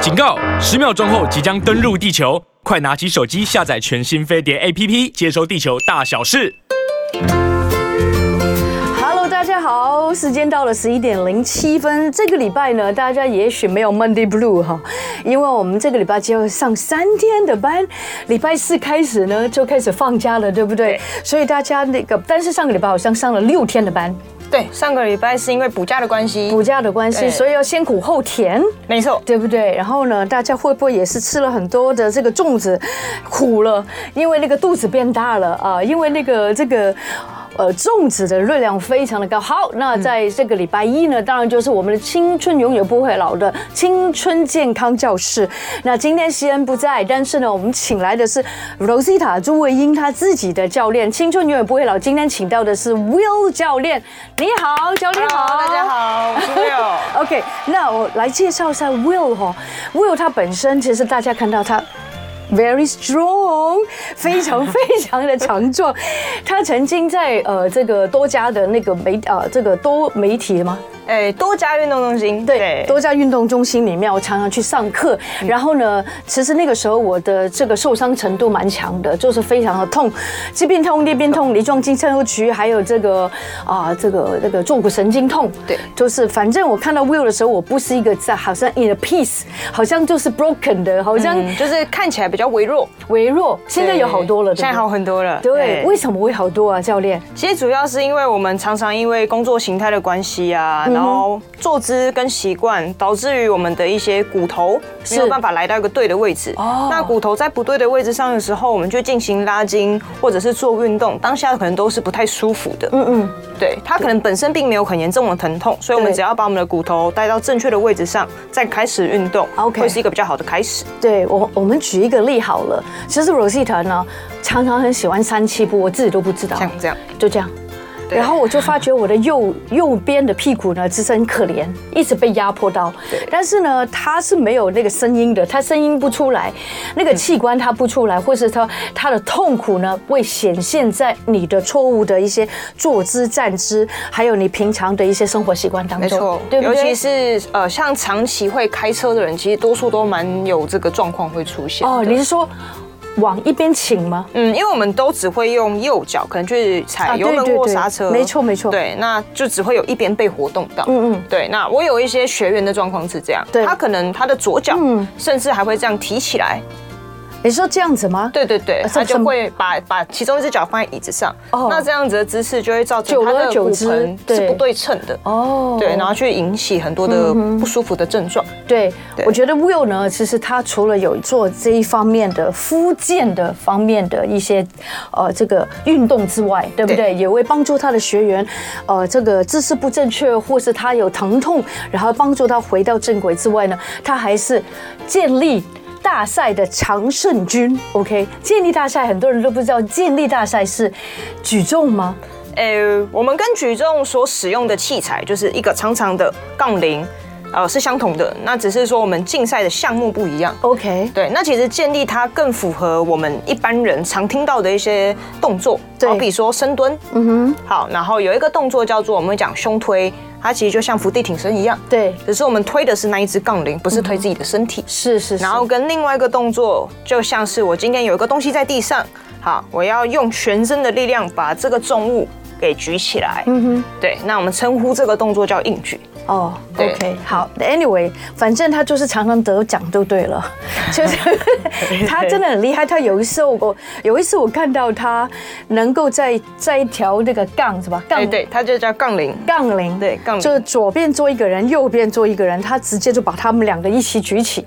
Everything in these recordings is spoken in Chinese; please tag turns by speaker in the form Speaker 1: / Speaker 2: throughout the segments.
Speaker 1: 警告！十秒钟后即将登陆地球，快拿起手机下载全新飞碟 APP，接收地球大小事。
Speaker 2: Hello，大家好，时间到了十一点零七分。这个礼拜呢，大家也许没有 Monday Blue 哈，因为我们这个礼拜就要上三天的班，礼拜四开始呢就开始放假了，对不对？所以大家那个，但是上个礼拜好像上了六天的班，
Speaker 3: 对，上个礼拜是因为补假的关系，
Speaker 2: 补假的关系，
Speaker 3: 对
Speaker 2: 所以要先苦后甜。
Speaker 3: 没错，
Speaker 2: 对不对？然后呢，大家会不会也是吃了很多的这个粽子，苦了，因为那个肚子变大了啊、因为那个这个。呃，粽子的热量非常的高。好，那在这个礼拜一呢，当然就是我们的青春永远不会老的青春健康教室。那今天西恩不在，但是呢，我们请来的是 Rosita 朱慧英她自己的教练，青春永远不会老。今天请到的是 Will 教练，你好，教练好，
Speaker 3: 大家好，我是 Will。
Speaker 2: OK，那我来介绍一下 Will 哈、Will 他本身其实大家看到他。Very strong，非常 非常的强壮。他曾经在呃这个多家的那个媒呃这个多媒体吗？
Speaker 3: 哎，多家运动中心，
Speaker 2: 对，都在运动中心里面，我常常去上课。
Speaker 3: 嗯
Speaker 2: 然后呢，其实那个时候我的这个受伤程度蛮强的，就是非常的痛，肌病痛、裂变痛、梨状筋症候群，还有这个啊，这个这个坐骨神经痛。
Speaker 3: 对
Speaker 2: 就是反正我看到 Will 的时候，我不是一个在好像 in a piece，好像就是 broken 的，好像
Speaker 3: 嗯，就是看起来比较微弱，
Speaker 2: 微弱。现在有好多了，对不
Speaker 3: 现在好很多了。
Speaker 2: 对，为什么会好多啊，教练？
Speaker 3: 其实主要是因为我们常常因为工作形态的关系
Speaker 2: 嗯
Speaker 3: 啊，然后坐姿跟习惯，导致于我们的一些骨头没有办法来到一个对的位置。
Speaker 2: 哦
Speaker 3: 那骨头在不对的位置上的时候，我们就进行拉筋或者是做运动，当下可能都是不太舒服的。
Speaker 2: 嗯嗯，
Speaker 3: 对，它可能本身并没有很严重的疼痛，所以我们
Speaker 2: 对
Speaker 3: 只要把我们的骨头带到正确的位置上，再开始运动
Speaker 2: OK
Speaker 3: 会是一个比较好的开始。
Speaker 2: 对我，我们举一个例好了。其实 Rosita 呢，常常很喜欢三七步，我自己都不知道。
Speaker 3: 像这样，
Speaker 2: 就这样。
Speaker 3: 对
Speaker 2: 然后我就发觉我的右右边的屁股呢，其实很可怜，一直被压迫到。但是呢，它是没有那个声音的，它声音不出来，那个器官它不出来，或是它它的痛苦呢，会显现在你的错误的一些坐姿、站姿，还有你平常的一些生活习惯当中，
Speaker 3: 没错，
Speaker 2: 对不
Speaker 3: 尤
Speaker 2: 对
Speaker 3: 其？是呃，像长期会开车的人，其实多数都蛮有这个状况会出现。
Speaker 2: 哦，你是说往一边倾吗？
Speaker 3: 嗯，因为我们都只会用右脚，可能去
Speaker 2: 啊
Speaker 3: 踩
Speaker 2: 对
Speaker 3: 油门
Speaker 2: 对
Speaker 3: 或
Speaker 2: 对
Speaker 3: 刹车，
Speaker 2: 没错没错
Speaker 3: 对，那就只会有一边被活动到。
Speaker 2: 嗯嗯
Speaker 3: 对。那我有一些学员的状况是这样，
Speaker 2: 对
Speaker 3: 他可能他的左脚
Speaker 2: 嗯，
Speaker 3: 甚至还会这样提起来，
Speaker 2: 你说这样子吗？
Speaker 3: 对对对
Speaker 2: 呃，
Speaker 3: 他
Speaker 2: 这什
Speaker 3: 就
Speaker 2: 么
Speaker 3: 会把把其中一只脚放在椅子上，
Speaker 2: 哦
Speaker 3: 那这样子的姿势就会造
Speaker 2: 久
Speaker 3: 成他
Speaker 2: 而
Speaker 3: 的
Speaker 2: 久
Speaker 3: 骨
Speaker 2: 之
Speaker 3: 盆
Speaker 2: 对
Speaker 3: 是不对称的。
Speaker 2: 哦，嗯
Speaker 3: 对，然后去引起很多的不舒服的症状。
Speaker 2: 对，
Speaker 3: 对
Speaker 2: 我觉得 Will 呢，其实他除了有做这一方面的复健的方面的一些呃这个运动之外，对不对？
Speaker 3: 对
Speaker 2: 也会帮助他的学员，呃，这个姿势不正确或是他有疼痛，然后帮助他回到正轨之外呢，他还是建立。大赛的常胜军，OK，健力大赛很多人都不知道，健力大赛是举重吗？
Speaker 3: 呃，我们跟举重所使用的器材就是一个长长的杠铃，呃，是相同的，那只是说我们竞赛的项目不一样。
Speaker 2: OK，
Speaker 3: 对，那其实建立它更符合我们一般人常听到的一些动作，
Speaker 2: 对
Speaker 3: 好比说深蹲，嗯哼，好，然后有一个动作叫做我们会讲胸推，它其实就像伏地挺身一样，
Speaker 2: 对，
Speaker 3: 只是我们推的是那一只杠铃，不是推自己的身体。
Speaker 2: 是是是。
Speaker 3: 然后跟另外一个动作，就像是我今天有一个东西在地上，好，我要用全身的力量把这个重物给举起来。嗯哼，对，那我们称呼这个动作叫硬举。
Speaker 2: 哦、o
Speaker 3: 对
Speaker 2: k 好，Anyway，反正他就是常常得奖就对 了，就是他真的很厉害。他有一次我我有一次我看到他能够在在一条那个杠是吧？
Speaker 3: 哎，
Speaker 2: 杠
Speaker 3: 对，它就叫杠铃。
Speaker 2: 杠铃
Speaker 3: 对杠铃
Speaker 2: 就是左边坐一个人，右边坐一个人，他直接就把他们两个一起举 起。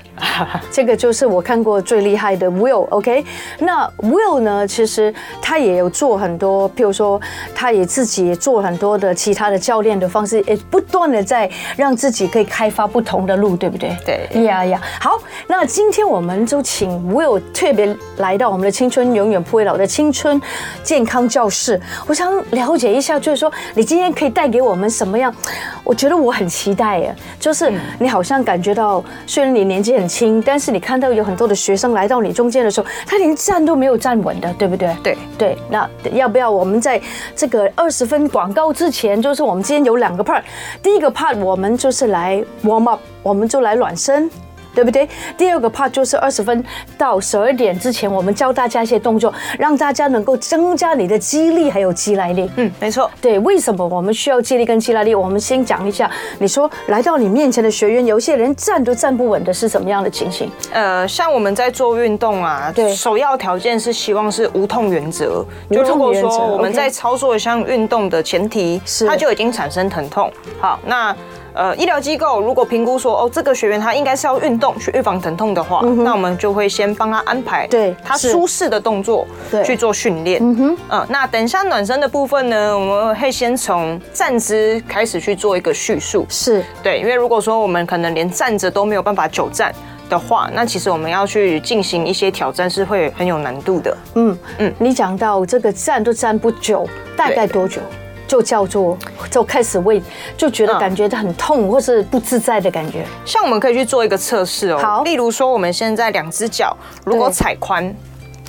Speaker 2: 这个就是我看过最厉害的 Will。OK，那 Will 呢，其实他也有做很多，譬如说他也自己也做很多的其他的教练的方式，也不断的在让自己可以开发不同的路，对不对？
Speaker 3: 对
Speaker 2: 呀呀，好，那今天我们就请 Will 特别来到我们的青春永远不会老的青春健康教室。我想了解一下，就是说你今天可以带给我们什么样？我觉得我很期待耶，就是你好像感觉到，虽然你年纪很轻，但是你看到有很多的学生来到你中间的时候，他连站都没有站稳的，对不对？
Speaker 3: 对
Speaker 2: 对，那要不要我们在这个二十分广告之前，就是我们今天有两个 part，第一个 part 我们就是来 warm up，我们就来暖身。对不对？第二个 part 就是二十分到十二点之前，我们教大家一些动作，让大家能够增加你的肌力还有肌耐力。
Speaker 3: 嗯，没错。
Speaker 2: 对，为什么我们需要肌力跟肌耐力？我们先讲一下，你说来到你面前的学员，有一些人站都站不稳的是什么样的情形？
Speaker 3: 呃，像我们在做运动啊，
Speaker 2: 对
Speaker 3: 首要条件是希望是无痛原则。
Speaker 2: 无
Speaker 3: 就
Speaker 2: 痛
Speaker 3: 如果
Speaker 2: 原则
Speaker 3: 说我们
Speaker 2: OK
Speaker 3: 在操作一项运动的前提，
Speaker 2: 是
Speaker 3: 它就已经产生疼痛。好，那。呃，医疗机构如果评估说，哦，这个学员他应该是要运动去预防疼痛的话，那我们就会先帮他安排
Speaker 2: 嗯对
Speaker 3: 他
Speaker 2: 是
Speaker 3: 舒适的动作
Speaker 2: 对
Speaker 3: 去做训练。嗯哼，呃，那等一下暖身的部分呢，我们会先从站姿开始去做一个叙述。
Speaker 2: 是
Speaker 3: 对，因为如果说我们可能连站着都没有办法久站的话，那其实我们要去进行一些挑战是会很有难度的。
Speaker 2: 嗯嗯
Speaker 3: 嗯，
Speaker 2: 你讲到这个站都站不久，大概多久就叫做就开始胃就觉得
Speaker 3: 嗯
Speaker 2: 感觉很痛或是不自在的感觉？
Speaker 3: 像我们可以去做一个测试哦，
Speaker 2: 好
Speaker 3: 例如说我们现在两只脚如果踩宽。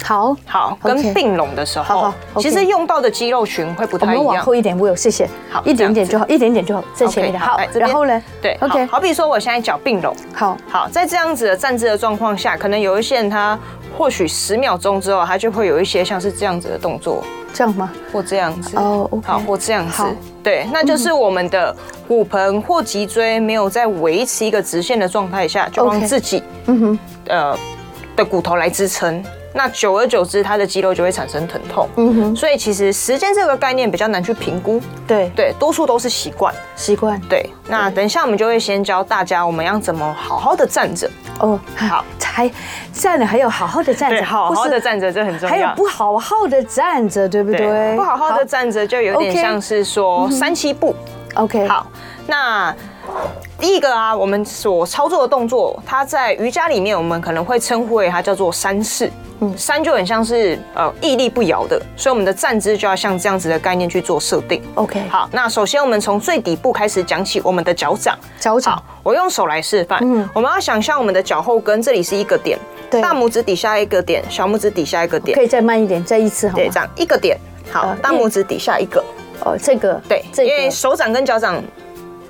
Speaker 2: 好，
Speaker 3: 好，
Speaker 2: OK
Speaker 3: 跟并拢的时
Speaker 2: 好
Speaker 3: 候
Speaker 2: 好，，OK
Speaker 3: 其实用到的肌肉群会不
Speaker 2: 我
Speaker 3: 太
Speaker 2: 们
Speaker 3: 一
Speaker 2: 往
Speaker 3: 样
Speaker 2: 后。一点，我有谢谢，
Speaker 3: 好
Speaker 2: 一点点
Speaker 3: 这
Speaker 2: 就好，一点点就好，在前面的
Speaker 3: OK，
Speaker 2: 好
Speaker 3: 来这，边
Speaker 2: 然后呢？
Speaker 3: 对好
Speaker 2: ，OK，
Speaker 3: 好比说我现在脚并拢，
Speaker 2: 好，
Speaker 3: 好，在这样子的站姿的状况下，可能有一些人他或许十秒钟之后，他就会有一些像是这样子的动作，
Speaker 2: 这样吗？
Speaker 3: 或这样子
Speaker 2: 哦，OK
Speaker 3: 好，或这样子
Speaker 2: 好，嗯
Speaker 3: 对，那就是我们的骨盆或脊椎没有在维持一个直线的状态下，就
Speaker 2: OK
Speaker 3: 让自己
Speaker 2: 嗯哼，
Speaker 3: 呃的骨头来支撑。那久而久之，它的肌肉就会产生疼痛。
Speaker 2: 嗯哼，
Speaker 3: 所以其实时间这个概念比较难去评估，
Speaker 2: 对，
Speaker 3: 对，多数都是习惯。
Speaker 2: 习惯
Speaker 3: 对，那等一下我们就会先教大家我们要怎么好好的站着，
Speaker 2: 哦，
Speaker 3: 好，
Speaker 2: 还站了还有好好的站
Speaker 3: 对，
Speaker 2: 着，
Speaker 3: 好好
Speaker 2: 不
Speaker 3: 的
Speaker 2: 是
Speaker 3: 站着这很重要。
Speaker 2: 还有不好好的站着，对不对？
Speaker 3: 对，不好好的站着就有点
Speaker 2: OK 嗯
Speaker 3: 像是说三七步。
Speaker 2: 好，OK，，
Speaker 3: 好，那第一个啊，我们所操作的动作，它在瑜伽里面我们可能会称呼为它叫做三式。嗯，三就很像是呃屹立不摇的，所以我们的站姿就要像这样子的概念去做设定。
Speaker 2: OK
Speaker 3: 好，那首先我们从最底部开始讲起，我们的脚掌。
Speaker 2: 脚掌
Speaker 3: 好，我用手来示范。
Speaker 2: 嗯
Speaker 3: 嗯，我们要想象我们的脚后跟这里是一个点，
Speaker 2: 对
Speaker 3: 大拇指底下一个点，小拇指底下一个点
Speaker 2: 可，以再慢一点，再一次好
Speaker 3: 对，
Speaker 2: 吗
Speaker 3: 这？样一个点。好
Speaker 2: 呃，
Speaker 3: 大拇指底下一个，
Speaker 2: 哦，这个
Speaker 3: 对，
Speaker 2: 这
Speaker 3: 因为
Speaker 2: 个
Speaker 3: 手掌跟脚掌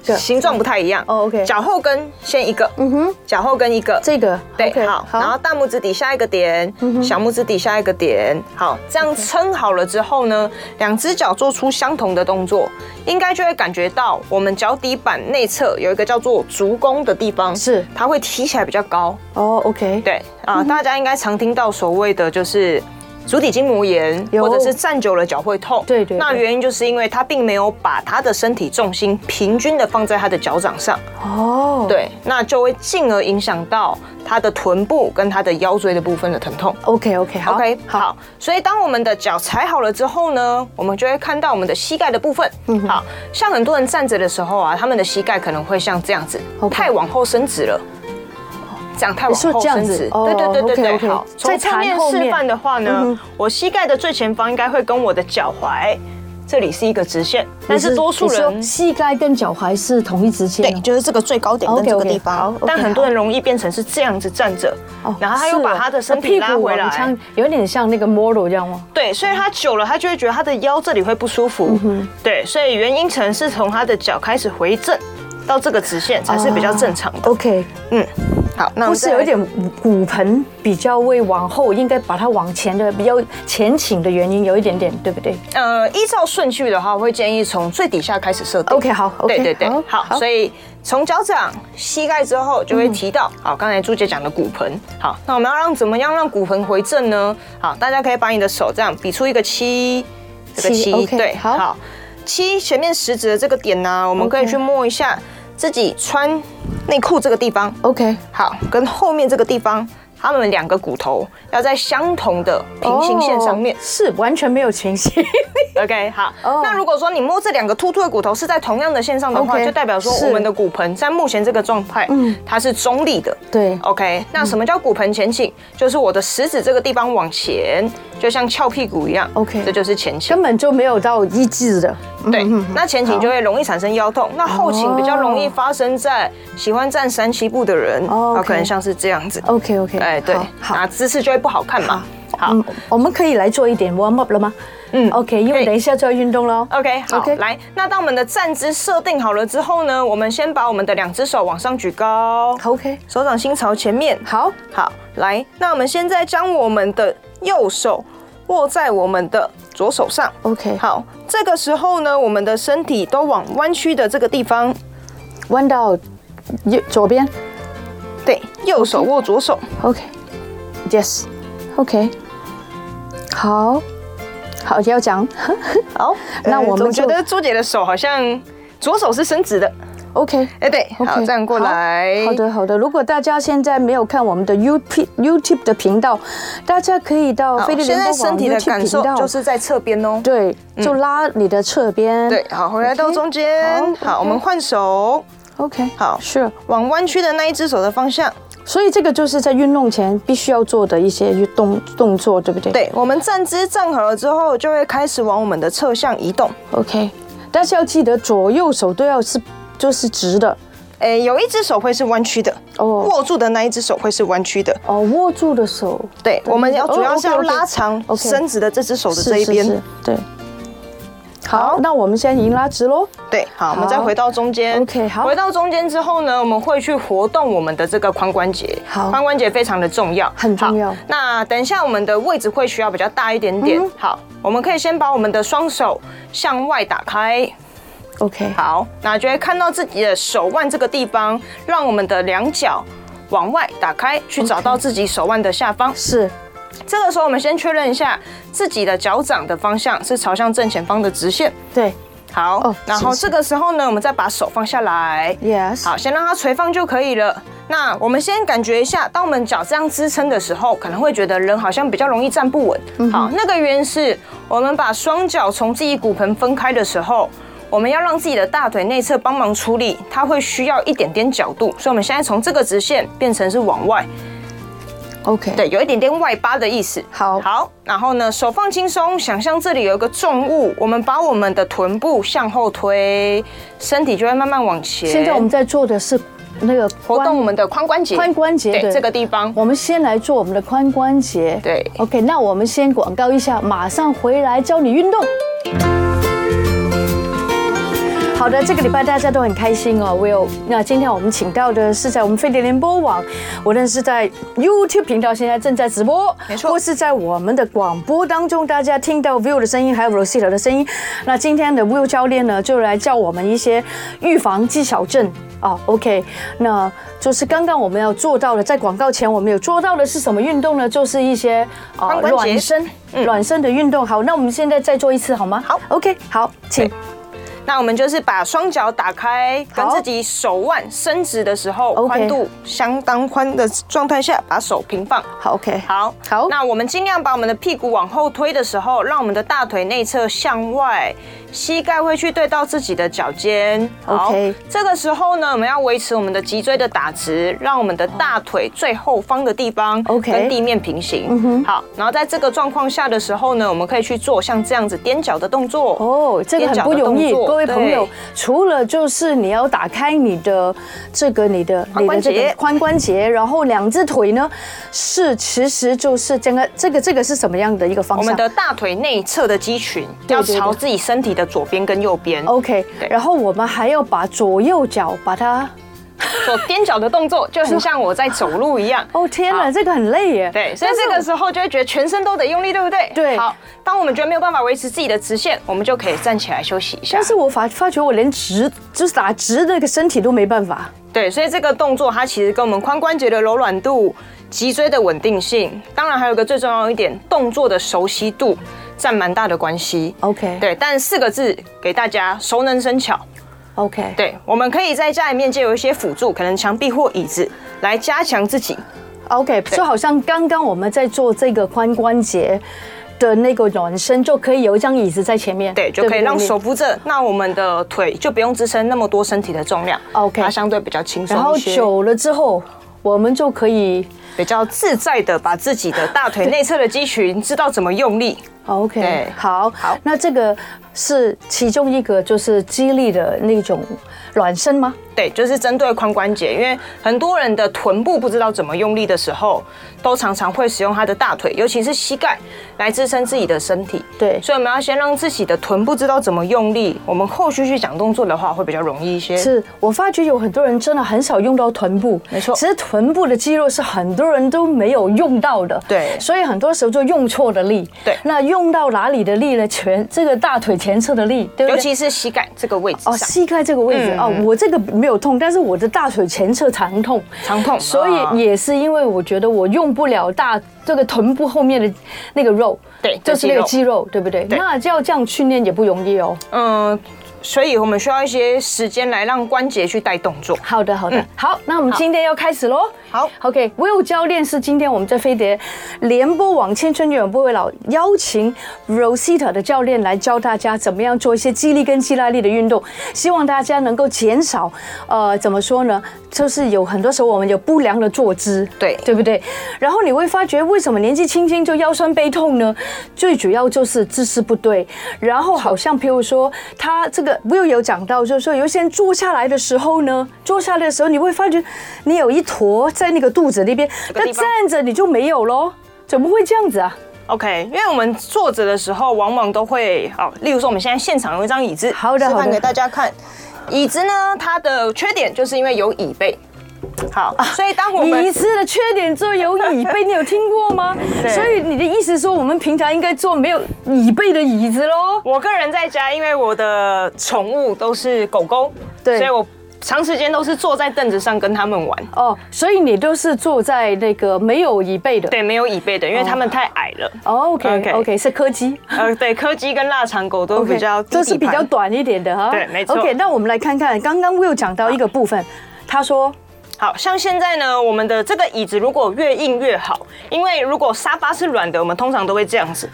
Speaker 2: 这个
Speaker 3: 形状不太一样。
Speaker 2: 哦，OK
Speaker 3: 脚后跟先一个，
Speaker 2: 嗯哼，
Speaker 3: 脚后跟一个，
Speaker 2: 这个
Speaker 3: 对，
Speaker 2: OK，嗯
Speaker 3: 好，然后大拇指底下一个点，小拇指底下一个点，好，这样撑好了之后呢，两只脚做出相同的动作，应该就会感觉到我们脚底板内侧有一个叫做足弓的地方，
Speaker 2: 是
Speaker 3: 它会提起来比较高。
Speaker 2: 哦，OK，
Speaker 3: 对啊，大家应该常听到所谓的就是。足底筋膜炎，
Speaker 2: 有
Speaker 3: 或者是站久了脚会痛，
Speaker 2: 对对对
Speaker 3: 那原因就是因为他并没有把他的身体重心平均的放在他的脚掌上，
Speaker 2: 哦，，
Speaker 3: 对，那就会进而影响到他的臀部跟他的腰椎的部分的疼痛。
Speaker 2: OK OK 好
Speaker 3: OK，好，所以当我们的脚踩好了之后呢，我们就会看到我们的膝盖的部分。
Speaker 2: 嗯
Speaker 3: 好像很多人站着的时候啊，他们的膝盖可能会像这样子
Speaker 2: OK
Speaker 3: 太往后伸直了。这样太往
Speaker 2: 是
Speaker 3: 后
Speaker 2: 这样
Speaker 3: 伸
Speaker 2: 子
Speaker 3: 直，
Speaker 2: 哦
Speaker 3: 对对对对
Speaker 2: OK，OK
Speaker 3: 对，好。
Speaker 2: 再
Speaker 3: 从侧
Speaker 2: 弹
Speaker 3: 面
Speaker 2: 后面
Speaker 3: 示范的话
Speaker 2: 嗯
Speaker 3: 呢，我膝盖的最前方应该会跟我的脚踝这里是一个直线，但是多数
Speaker 2: 你说
Speaker 3: 人
Speaker 2: 膝盖跟脚踝是同一直线
Speaker 3: 对
Speaker 2: 哦，，
Speaker 3: 就是这个最高点跟这个
Speaker 2: OK，OK，
Speaker 3: 地
Speaker 2: 好
Speaker 3: 方
Speaker 2: ，OK，。
Speaker 3: 但很多人容易变成是这样子站着
Speaker 2: 哦，
Speaker 3: 然后他又
Speaker 2: 是
Speaker 3: 把
Speaker 2: 哦
Speaker 3: 他的身
Speaker 2: 那
Speaker 3: 体拉
Speaker 2: 屁股
Speaker 3: 回
Speaker 2: 往
Speaker 3: 来
Speaker 2: 上，有点像那个 model 这样吗？
Speaker 3: 对，所以他久了，他就会觉得他的腰这里会不舒
Speaker 2: 嗯
Speaker 3: 服。对，所以原因可能是从他的脚开始回正到这个直线才是比较正常的。
Speaker 2: OK，
Speaker 3: 嗯，好，那我
Speaker 2: 哦不
Speaker 3: 们
Speaker 2: 是
Speaker 3: 再来
Speaker 2: 有一点骨盆比较会往后，应该把它往前的比较前倾的原因有一点点，对不对
Speaker 3: 呃，依照顺序的话，我会建议从最底下开始设定。
Speaker 2: ？OK 好，OK
Speaker 3: 对对对，好，所
Speaker 2: 以
Speaker 3: 以从脚掌、膝盖之后就会提到，好，刚才朱姐讲的骨盆。好，那我们要让怎么样让骨盆回正呢？好，大家可以把你的手这样比出一个七，这个
Speaker 2: 七
Speaker 3: 七，
Speaker 2: ，OK，
Speaker 3: 对，
Speaker 2: 好
Speaker 3: 好，七前面食指的这个点呢，我们可以
Speaker 2: OK
Speaker 3: 去摸一下自己穿内裤这个地方，
Speaker 2: OK
Speaker 3: 好，跟后面这个地方。它们两个骨头要在相同的平行线上面
Speaker 2: 哦，是完全没有前倾。
Speaker 3: OK，好。
Speaker 2: 哦
Speaker 3: 那如果说你摸这两个突突的骨头是在同样的线上的话
Speaker 2: OK，
Speaker 3: 就代表说
Speaker 2: 是
Speaker 3: 我们的骨盆在目前这个状态，
Speaker 2: 嗯
Speaker 3: 它是中立的。
Speaker 2: 对
Speaker 3: OK，那什么叫骨盆前倾？就是我的食指这个地方往前，就像翘屁股一样。
Speaker 2: OK 嗯
Speaker 3: 这就是前 倾
Speaker 2: 根。本就没有到一致的。
Speaker 3: 对，那前倾就会容易产生腰痛，那后倾比较容易发生在喜欢站三七步的人，
Speaker 2: 哦 OK
Speaker 3: 啊
Speaker 2: 哦
Speaker 3: 可能像是这样子。
Speaker 2: OK OK，
Speaker 3: 哎，对
Speaker 2: 好，好
Speaker 3: 那姿势就会不好看嘛。好
Speaker 2: 嗯，我们可以来做一点 warm up 了吗？嗯，OK，因为等一下就要运动喽。
Speaker 3: OK，好
Speaker 2: OK
Speaker 3: 来，那当我们的站姿设定好了之后呢，我们先把我们的两只手往上举高，
Speaker 2: OK，
Speaker 3: 手掌心朝前面。
Speaker 2: 好，
Speaker 3: 好，来，那我们现在将我们的右手握在我们的左手上。
Speaker 2: OK
Speaker 3: 好，这个时候呢，我们的身体都往弯曲的这个地方，
Speaker 2: 弯到右左边
Speaker 3: 对，右手握左手。
Speaker 2: ，OK，Yes，OK，好，好要讲
Speaker 3: 好，
Speaker 2: 那
Speaker 3: 呃
Speaker 2: 我们
Speaker 3: 总觉
Speaker 2: 就
Speaker 3: 得朱姐的手好像左手是伸直的。
Speaker 2: ，OK。
Speaker 3: 哎，对，好，
Speaker 2: OK，
Speaker 3: 站过
Speaker 2: 好
Speaker 3: 来。
Speaker 2: 好的，好的。如果大家现在没有看我们的 YouTube YouTube 的频道，大家可以到
Speaker 3: 好，
Speaker 2: 飞利
Speaker 3: 现
Speaker 2: 联
Speaker 3: 在
Speaker 2: 播
Speaker 3: 身
Speaker 2: 网
Speaker 3: 体的
Speaker 2: YouTube
Speaker 3: 感
Speaker 2: 频
Speaker 3: 受
Speaker 2: 道，
Speaker 3: 就是在侧边哦。
Speaker 2: 对，就拉你的侧边。
Speaker 3: 对，好，回来到
Speaker 2: 嗯 OK，
Speaker 3: 中间。
Speaker 2: 好
Speaker 3: 好，我们换手，
Speaker 2: ，OK，
Speaker 3: 好
Speaker 2: 是。
Speaker 3: 往弯曲的那一只手的方向。
Speaker 2: 所以这个就是在运动前必须要做的一些运动动作，对不对？
Speaker 3: 对，我们站姿站好了之后，就会开始往我们的侧向移动。
Speaker 2: ，OK。但是要记得左右手都要是就是直的
Speaker 3: 诶，有一只手会是弯曲的，
Speaker 2: 哦
Speaker 3: 握住的那一只手会是弯曲的。
Speaker 2: 哦，握住的手
Speaker 3: 对，我们要
Speaker 2: 哦
Speaker 3: 主要是要
Speaker 2: OK，OK
Speaker 3: 拉长
Speaker 2: OK
Speaker 3: 伸直的这只手的
Speaker 2: 是
Speaker 3: 这一
Speaker 2: 是
Speaker 3: 边
Speaker 2: 是。对。好，
Speaker 3: 好
Speaker 2: 那我们现在已经拉直喽。
Speaker 3: 对，好，我们
Speaker 2: 好
Speaker 3: 再回到中间。
Speaker 2: OK，好
Speaker 3: 回到中间之后呢，我们会去活动我们的这个髋关节。
Speaker 2: 好
Speaker 3: 髋关节非常的重要，
Speaker 2: 很重要嗯
Speaker 3: 好那等一下我们的位置会需要比较大一点点。好，我们可以先把我们的双手向外打开。
Speaker 2: OK，
Speaker 3: 好，那就会看到自己的手腕这个地方，让我们的两脚。往外打开，去找到自己手腕的下方。
Speaker 2: 是
Speaker 3: 这个时候，我们先确认一下自己的脚掌的方向是朝向正前方的直线。
Speaker 2: 对
Speaker 3: 好，
Speaker 2: 哦
Speaker 3: 然后
Speaker 2: 是是
Speaker 3: 这个时候呢，我们再把手放下来。
Speaker 2: ，Yes，
Speaker 3: 好，先让它垂放就可以了。那我们先感觉一下，当我们脚这样支撑的时候，可能会觉得人好像比较容易站不稳。
Speaker 2: 嗯
Speaker 3: 好，那个原因是我们把双脚从自己骨盆分开的时候，我们要让自己的大腿内侧帮忙出力，它会需要一点点角度，所以我们现在从这个直线变成是往外，
Speaker 2: ，OK，
Speaker 3: 对，有一点点外八的意思。
Speaker 2: 好
Speaker 3: 好，然后呢，手放轻松，想象这里有一个重物，我们把我们的臀部向后推，身体就会慢慢往前。
Speaker 2: 现在我们在做的是那个
Speaker 3: 活动我
Speaker 2: 髋
Speaker 3: 们的髋关节，
Speaker 2: 髋关节
Speaker 3: 对
Speaker 2: 对
Speaker 3: 这个地方，
Speaker 2: 我们先来做我们的髋关节。
Speaker 3: 对
Speaker 2: ，OK，那我们先广告一下，马上回来教你运动。好的，这个礼拜大家都很开心哦。Will，那今天我们请到的是在我们飞碟联播网，无论是在 YouTube 频道现在正在直播，
Speaker 3: 没错
Speaker 2: 或是在我们的广播当中，大家听到 Will 的声音，还有 Rosita 的声音。那今天的 Will 教练呢，就来教我们一些预防肌小症啊。OK，那就是刚刚我们要做到的，在广告前我们有做到的是什么运动呢？就是一些啊
Speaker 3: 髋关节嗯
Speaker 2: 软身、软身的运动。好，那我们现在再做一次好吗？
Speaker 3: 好哎
Speaker 2: ，OK，好，请。
Speaker 3: 那我们就是把双脚打开，跟
Speaker 2: 好
Speaker 3: 自己手腕伸直的时候，
Speaker 2: OK
Speaker 3: 宽度相当宽的状态下，把手平放。
Speaker 2: 好，OK，
Speaker 3: 好，
Speaker 2: 好
Speaker 3: 那我们尽量把我们的屁股往后推的时候，让我们的大腿内侧向外，膝盖会去对到自己的脚尖。好
Speaker 2: OK
Speaker 3: 这个时候呢，我们要维持我们的脊椎的打直，让我们的大腿最后方的地方
Speaker 2: OK 嗯
Speaker 3: 跟地面平行。好，然后在这个状况下的时候呢，我们可以去做像这样子踮脚的动作。
Speaker 2: 哦，这个很不容易，
Speaker 3: 踮脚的动
Speaker 2: 各
Speaker 3: 作
Speaker 2: 位朋友
Speaker 3: 对。
Speaker 2: 除了就是你要打开你的这个你的
Speaker 3: 髋关节
Speaker 2: 你的这个髋关节，然后两只腿呢是其实就是整个这个这个是什么样的一个方
Speaker 3: 我
Speaker 2: 向
Speaker 3: 们？的大腿内侧的肌群
Speaker 2: 对
Speaker 3: 要
Speaker 2: 对哦对
Speaker 3: 朝自己身体的左边跟右边
Speaker 2: OK，
Speaker 3: 对
Speaker 2: 然后我们还要把左右脚把它，
Speaker 3: 做踮脚的动作，就很像我在走路一样。
Speaker 2: 哦天哪，
Speaker 3: 好
Speaker 2: 这个很累耶。
Speaker 3: 对，所以这个时候就会觉得全身都得用力，对不对？
Speaker 2: 哦对
Speaker 3: 好，当我们觉得没有办法维持自己的直线，我们就可以站起来休息一下
Speaker 2: 但。是我发发觉我连直就是打直的那个身体都没办法。
Speaker 3: 对，所以这个动作它其实跟我们髋关节的柔软度、脊椎的稳定性，当然还有一个最重要一点，动作的熟悉度占蛮大的关系。
Speaker 2: OK，
Speaker 3: 对，但四个字给大家：熟能生巧。
Speaker 2: ，OK，
Speaker 3: 对，我们可以在家里面借由一些辅助，可能墙壁或椅子来加强自己。
Speaker 2: OK，就好像刚刚我们在做这个髋关节的那个暖身，就可以有一张椅子在前面，
Speaker 3: 对，就
Speaker 2: 不
Speaker 3: 可以让
Speaker 2: 你
Speaker 3: 手扶着，那我们的腿就不用支撑那么多身体的重量
Speaker 2: OK
Speaker 3: 它相对比较轻
Speaker 2: 然后
Speaker 3: 松一些，
Speaker 2: 久了之后，我们就可以
Speaker 3: 比较自在的把自己的大腿内侧的肌群知道怎么用力。
Speaker 2: 哦 OK
Speaker 3: 对
Speaker 2: 好
Speaker 3: 好
Speaker 2: 那这个是其中一个就是激励的那种暖身吗？
Speaker 3: 对，就是针对髋关节，因为很多人的臀部不知道怎么用力的时候，都常常会使用他的大腿，尤其是膝盖来支撑自己的身体。
Speaker 2: 对
Speaker 3: 所以我们要先让自己的臀部知道怎么用力，我们后续去讲动作的话会比较容易一些。
Speaker 2: 是我发觉有很多人真的很少用到臀部，
Speaker 3: 没错
Speaker 2: 其实臀部的肌肉是很多人都没有用到的，
Speaker 3: 对
Speaker 2: 所以很多时候就用错的力，
Speaker 3: 对
Speaker 2: 那用到哪里的力呢？全这个大腿前侧的力，对不对？
Speaker 3: 尤其是膝盖这个位置
Speaker 2: 哦，
Speaker 3: 上，
Speaker 2: 膝盖这个位置
Speaker 3: 嗯
Speaker 2: 哦，我这个没有痛，但是我的大腿前侧常痛，
Speaker 3: 常痛
Speaker 2: 所
Speaker 3: 啊
Speaker 2: 以也是因为我觉得我用不了大这个臀部后面的那个肉，
Speaker 3: 对
Speaker 2: 就是那
Speaker 3: 这
Speaker 2: 个
Speaker 3: 肌
Speaker 2: 肌肉，对不对？
Speaker 3: 对
Speaker 2: 那要这样训练也不容易哦。
Speaker 3: 嗯，所以我们需要一些时间来让关节去带动作。
Speaker 2: 好的，
Speaker 3: 嗯
Speaker 2: 好的，好，那我们今天要开始喽。
Speaker 3: 好
Speaker 2: ，OK，Will 教练是今天我们在飞碟联播网青春永不会老邀请 Rosita 的教练来教大家怎么样做一些肌力跟肌耐力的运动，希望大家能够减少，呃，怎么说呢？就是有很多时候我们有不良的坐姿，
Speaker 3: 对
Speaker 2: 对不对？然后你会发觉为什么年纪轻轻就腰酸背痛呢？最主要就是姿势不对，然后好像譬如说他这个 Will 有讲到，就是说有一些人坐下来的时候呢，坐下来的时候你会发觉你有一坨在那个肚子那边，
Speaker 3: 个
Speaker 2: 但
Speaker 3: 地方
Speaker 2: 站着你就没有喽，怎么会这样子啊？
Speaker 3: OK，因为我们坐着的时候，往往都会哦，例如说我们现在现场有一张椅子，
Speaker 2: 好的
Speaker 3: 示
Speaker 2: 好
Speaker 3: 范
Speaker 2: 的
Speaker 3: 给大家看。椅子呢，它的缺点就是因为有椅背。好，
Speaker 2: 啊
Speaker 3: 所以当我们
Speaker 2: 椅子的缺点就有椅背，你有听过吗？
Speaker 3: 对
Speaker 2: 所以你的意思说我们平常应该坐没有椅背的椅子喽？
Speaker 3: 我个人在家，因为我的宠物都是狗狗，
Speaker 2: 对
Speaker 3: 所以我长时间都是坐在凳子上跟它们玩。
Speaker 2: 哦，所以你都是坐在那个没有椅背的。
Speaker 3: 对，没有椅背的，因为它
Speaker 2: 哦
Speaker 3: 们太矮了。
Speaker 2: OK
Speaker 3: OK
Speaker 2: OK 是柯基
Speaker 3: 呃，对，柯基跟腊肠狗都
Speaker 2: OK，
Speaker 3: 比较低
Speaker 2: 这是
Speaker 3: 底
Speaker 2: 比
Speaker 3: 盘
Speaker 2: 较短一点的哈。
Speaker 3: 对没错
Speaker 2: OK，那我们来看看，刚刚 Will 讲到一个部分，他说
Speaker 3: 好像现在呢，我们的这个椅子如果越硬越好，因为如果沙发是软的，我们通常都会这样子，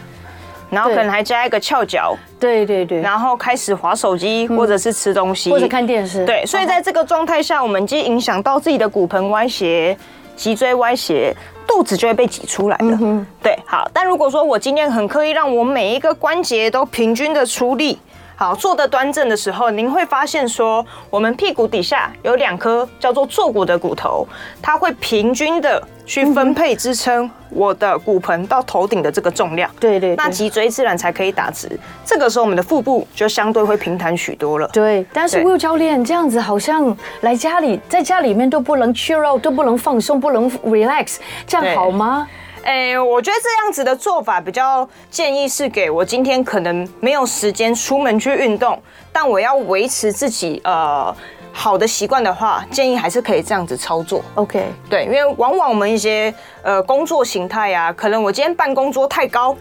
Speaker 3: 然后
Speaker 2: 对
Speaker 3: 可能还加一个翘脚，
Speaker 2: 对对对，嗯
Speaker 3: 然后开始滑手机或者是吃东西，
Speaker 2: 或者看电视。
Speaker 3: 对，所以在这个状态下，我们既影响到自己的骨盆歪斜、脊椎歪斜，肚子就会被挤出来
Speaker 2: 嗯
Speaker 3: 了。对，好。但如果说我今天很刻意让我每一个关节都平均的出力，好坐得端正的时候，您会发现说，我们屁股底下有两颗叫做坐骨的骨头，它会平均的去分配支撑我的骨盆到头顶的这个重量。
Speaker 2: 对对对
Speaker 3: 那脊椎自然才可以打直。这个时候，我们的腹部就相对会平坦许多了。
Speaker 2: 对，但是
Speaker 3: 对
Speaker 2: Will 教练这样子好像来家里，在家里面都不能 chill out，都不能放松，不能 relax，这样
Speaker 3: 对
Speaker 2: 好吗？
Speaker 3: 哎、我觉得这样子的做法比较建议是给我今天可能没有时间出门去运动，但我要维持自己呃好的习惯的话，建议还是可以这样子操作。
Speaker 2: OK，
Speaker 3: 对，因为往往我们一些呃工作形态啊，可能我今天办公桌太高，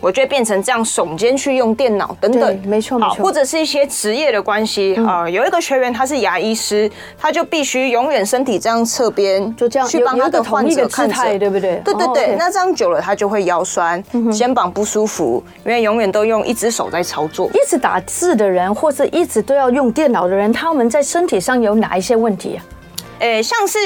Speaker 3: 我就会变成这样耸肩去用电脑等等，
Speaker 2: 对没错嗯
Speaker 3: 好
Speaker 2: 没错
Speaker 3: 或者是一些职业的关系啊、有一个学员他是牙医师，他就必须永远身体这样侧边，
Speaker 2: 就这样
Speaker 3: 去
Speaker 2: 有
Speaker 3: 帮
Speaker 2: 有
Speaker 3: 他
Speaker 2: 一个
Speaker 3: 的
Speaker 2: 同
Speaker 3: 患
Speaker 2: 一个
Speaker 3: 者
Speaker 2: 姿
Speaker 3: 看
Speaker 2: 态
Speaker 3: 诊
Speaker 2: 对不对
Speaker 3: 对对
Speaker 2: 哦
Speaker 3: 对，
Speaker 2: OK 嗯
Speaker 3: 那这样久了他就会腰酸，肩膀不舒服，因为永远都用一只手在操作。
Speaker 2: 一直打字的人或是一直都要用电脑的人，他们在身体上有哪一些问题啊？
Speaker 3: 诶、像是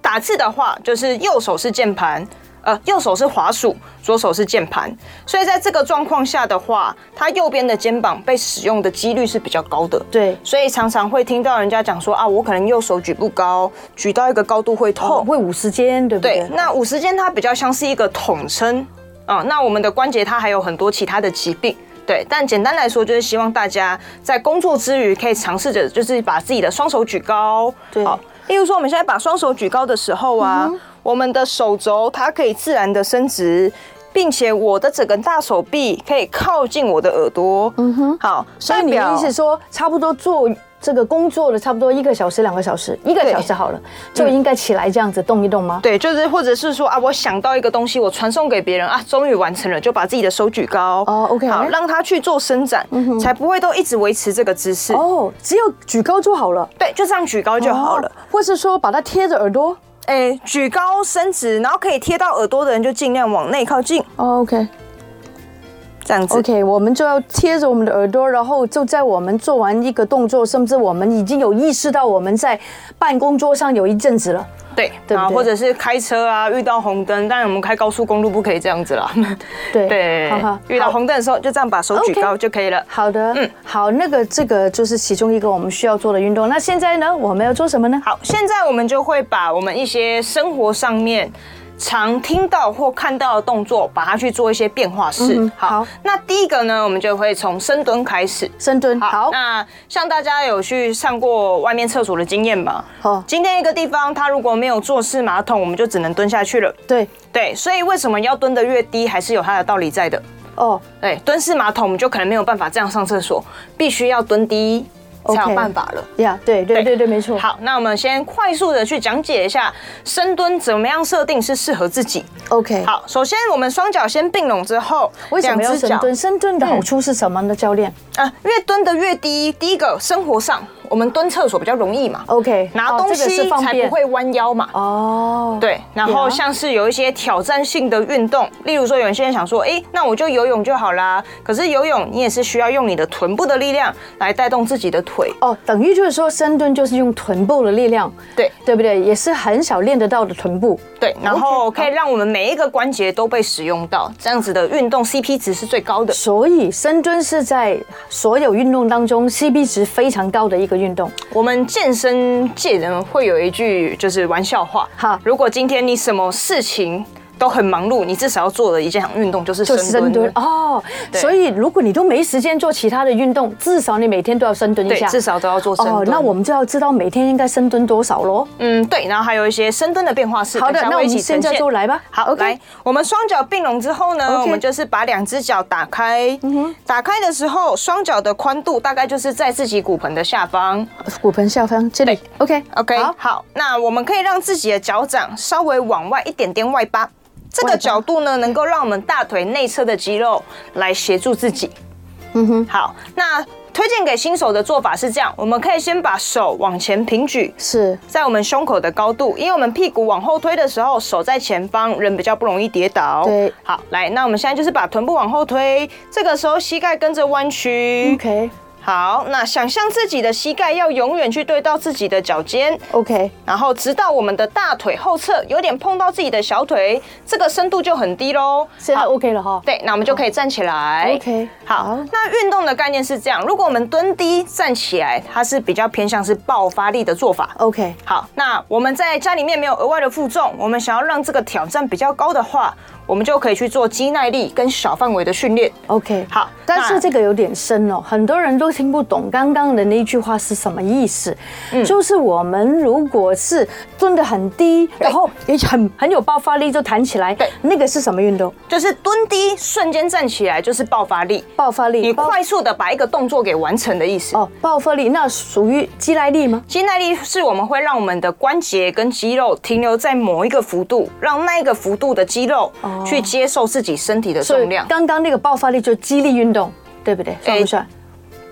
Speaker 3: 打字的话，就是右手是键盘，呃，右手是滑鼠，左手是键盘，所以在这个状况下的话，它右边的肩膀被使用的几率是比较高的。
Speaker 2: 对
Speaker 3: 所以常常会听到人家讲说啊，我可能右手举不高，举到一个高度会痛。
Speaker 2: 会五十肩，对不对
Speaker 3: 对，？那五十肩它比较像是一个统称啊、那我们的关节它还有很多其他的疾病。对，但简单来说，就是希望大家在工作之余可以尝试着，就是把自己的双手举高。
Speaker 2: 对
Speaker 3: 好，例如说我们现在把双手举高的时候啊，我们的手肘它可以自然的伸直，并且我的整个大手臂可以靠近我的耳朵。嗯哼，好，
Speaker 2: 所以你
Speaker 3: 代
Speaker 2: 的
Speaker 3: 表
Speaker 2: 意思说，差不多做这个工作的差不多一个小时、两个小时，一个小时好了，就应该起来这样子动一动吗？
Speaker 3: 对，就是或者是说啊，我想到一个东西，我传送给别人啊，终于完成了，就把自己的手举高
Speaker 2: 哦，OK 嗯
Speaker 3: 好，让他去做伸展，才不会都一直维持这个姿势。
Speaker 2: 哦，只有举高就好了，
Speaker 3: 对，就这样举高就好了。
Speaker 2: 哦，或是说把它贴着耳朵。
Speaker 3: 哎、举高伸直，然后可以贴到耳朵的人就尽量往内靠近，
Speaker 2: 哦，OK
Speaker 3: 这样子。
Speaker 2: OK，我哦们就要贴着我们的耳朵，然后就在我们做完一个动作，甚至我们已经有意识到我们在办公桌上有一阵子了，
Speaker 3: 对
Speaker 2: 对不
Speaker 3: 啊，
Speaker 2: 对
Speaker 3: 或者是开车啊，遇到红灯，当然我们开高速公路不可以这样子啦。
Speaker 2: 对
Speaker 3: 对
Speaker 2: 好好，
Speaker 3: 遇到红灯的时候就这样把手举
Speaker 2: OK
Speaker 3: 高就可以了。
Speaker 2: 好的，嗯，好，那个这个就是其中一个我们需要做的运动。那现在呢，我们要做什么呢？
Speaker 3: 好，现在我们就会把我们一些生活上面常听到或看到的动作，把它去做一些变化式。
Speaker 2: 嗯哼好
Speaker 3: 那第一个呢，我们就会从深蹲开始。
Speaker 2: 深蹲，好，
Speaker 3: 那像大家有去上过外面厕所的经验吗？
Speaker 2: 哦
Speaker 3: 今天一个地方它如果没有坐式马桶，我们就只能蹲下去了。
Speaker 2: 对，
Speaker 3: 对，所以为什么要蹲得越低，还是有它的道理在的。
Speaker 2: 哦，
Speaker 3: 对，蹲式马桶我们就可能没有办法这样上厕所，必须要蹲低才
Speaker 2: OK
Speaker 3: 有办法了。
Speaker 2: 呀，对对对对，没错。
Speaker 3: 好，那我们先快速的去讲解一下深蹲怎么样设定是适合自己。
Speaker 2: ，OK，，
Speaker 3: 好，首先我们双脚先并拢之后，
Speaker 2: 嗯为什么要
Speaker 3: 两只
Speaker 2: 深
Speaker 3: 脚
Speaker 2: 蹲？深蹲的好处是什么呢，教练
Speaker 3: 啊，越蹲得越低。第一个，生活上我们蹲厕所比较容易嘛，
Speaker 2: ？OK，
Speaker 3: 拿
Speaker 2: 哦
Speaker 3: 东
Speaker 2: 这个是
Speaker 3: 西
Speaker 2: 方
Speaker 3: 才
Speaker 2: 便
Speaker 3: 不会弯腰嘛。
Speaker 2: 哦，
Speaker 3: 对，然
Speaker 2: 有啊
Speaker 3: 后像是有一些挑战性的运动，例如说有些人想说，哎，那我就游泳就好啦。可是游泳你也是需要用你的臀部的力量来带动自己的腿。
Speaker 2: 哦，等于就是说深蹲就是用臀部的力量，
Speaker 3: 对
Speaker 2: 对不对？也是很少练得到的臀部。
Speaker 3: 对，然后可以让我们每一个关节都被使用到，这样子的运动 CP 值是最高的。
Speaker 2: 所以深蹲是在所有运动当中 CP 值非常高的一个运动。
Speaker 3: 我们健身界人会有一句就是玩笑话，
Speaker 2: 好
Speaker 3: 如果今天你什么事情都很忙碌，你至少要做的一项运动就是
Speaker 2: 就
Speaker 3: 深
Speaker 2: 是
Speaker 3: 蹲。
Speaker 2: 深蹲哦，
Speaker 3: 对
Speaker 2: 所以如果你都没时间做其他的运动，至少你每天都要深蹲一
Speaker 3: 对
Speaker 2: 下，，
Speaker 3: 至少都要做深蹲。
Speaker 2: 哦，那我们就要知道每天应该深蹲多少咯。
Speaker 3: 嗯对，然后还有一些深蹲的变化式，
Speaker 2: 好的，
Speaker 3: 等一下
Speaker 2: 那我
Speaker 3: 会
Speaker 2: 们
Speaker 3: 一起呈
Speaker 2: 现在
Speaker 3: 现
Speaker 2: 就来吧。
Speaker 3: 好来
Speaker 2: ，OK，，
Speaker 3: 我们双脚并拢之后呢
Speaker 2: OK 嗯
Speaker 3: 我们就是把两只脚打开。打开的时候，双脚的宽度大概就是在自己骨盆的下方。
Speaker 2: 骨盆下方这里，OK
Speaker 3: OK，
Speaker 2: 好
Speaker 3: 好，那我们可以让自己的脚掌稍微往外一点点外八，这
Speaker 2: 外八
Speaker 3: 个角度呢，能够让我们大腿内侧的肌肉来协助自己。
Speaker 2: 嗯哼，
Speaker 3: 好，那推荐给新手的做法是这样，我们可以先把手往前平举。
Speaker 2: 是
Speaker 3: 在我们胸口的高度，因为我们屁股往后推的时候，手在前方，人比较不容易跌倒。
Speaker 2: 对
Speaker 3: 好，来，那我们现在就是把臀部往后推，这个时候膝盖跟着弯曲。
Speaker 2: ，OK
Speaker 3: 好，那想象自己的膝盖要永远去对到自己的脚尖，
Speaker 2: OK，
Speaker 3: 然后直到我们的大腿后侧有点碰到自己的小腿，这个深度就很低喽。
Speaker 2: 现在
Speaker 3: 好
Speaker 2: OK 了哈。
Speaker 3: 对，那我们就可以站起来。
Speaker 2: OK，
Speaker 3: 好
Speaker 2: 啊好，
Speaker 3: 那运动的概念是这样：如果我们蹲低站起来，它是比较偏向是爆发力的做法。
Speaker 2: OK，
Speaker 3: 好，那我们在家里面没有额外的负重，我们想要让这个挑战比较高的话，我们就可以去做肌耐力跟小范围的训练。
Speaker 2: OK，
Speaker 3: 好
Speaker 2: 但
Speaker 3: 那
Speaker 2: 是这个有点深哦，很多人都听不懂刚刚的那句话是什么意思。
Speaker 3: 嗯
Speaker 2: 就是我们如果是蹲得很低，然后也很很有爆发力就弹起来
Speaker 3: 对，
Speaker 2: 那个是什么运动？
Speaker 3: 就是蹲低瞬间站起来就是爆发力，
Speaker 2: 爆发力，
Speaker 3: 你
Speaker 2: 爆
Speaker 3: 快速的把一个动作给完成的意思。
Speaker 2: 哦，爆发力那属于肌耐力吗？
Speaker 3: 肌耐力是我们会让我们的关节跟肌肉停留在某一个幅度，让那一个幅度的肌肉
Speaker 2: 哦
Speaker 3: 去接受自己身体的重量。
Speaker 2: 刚刚那个爆发力就是肌力运动，对不对？算不算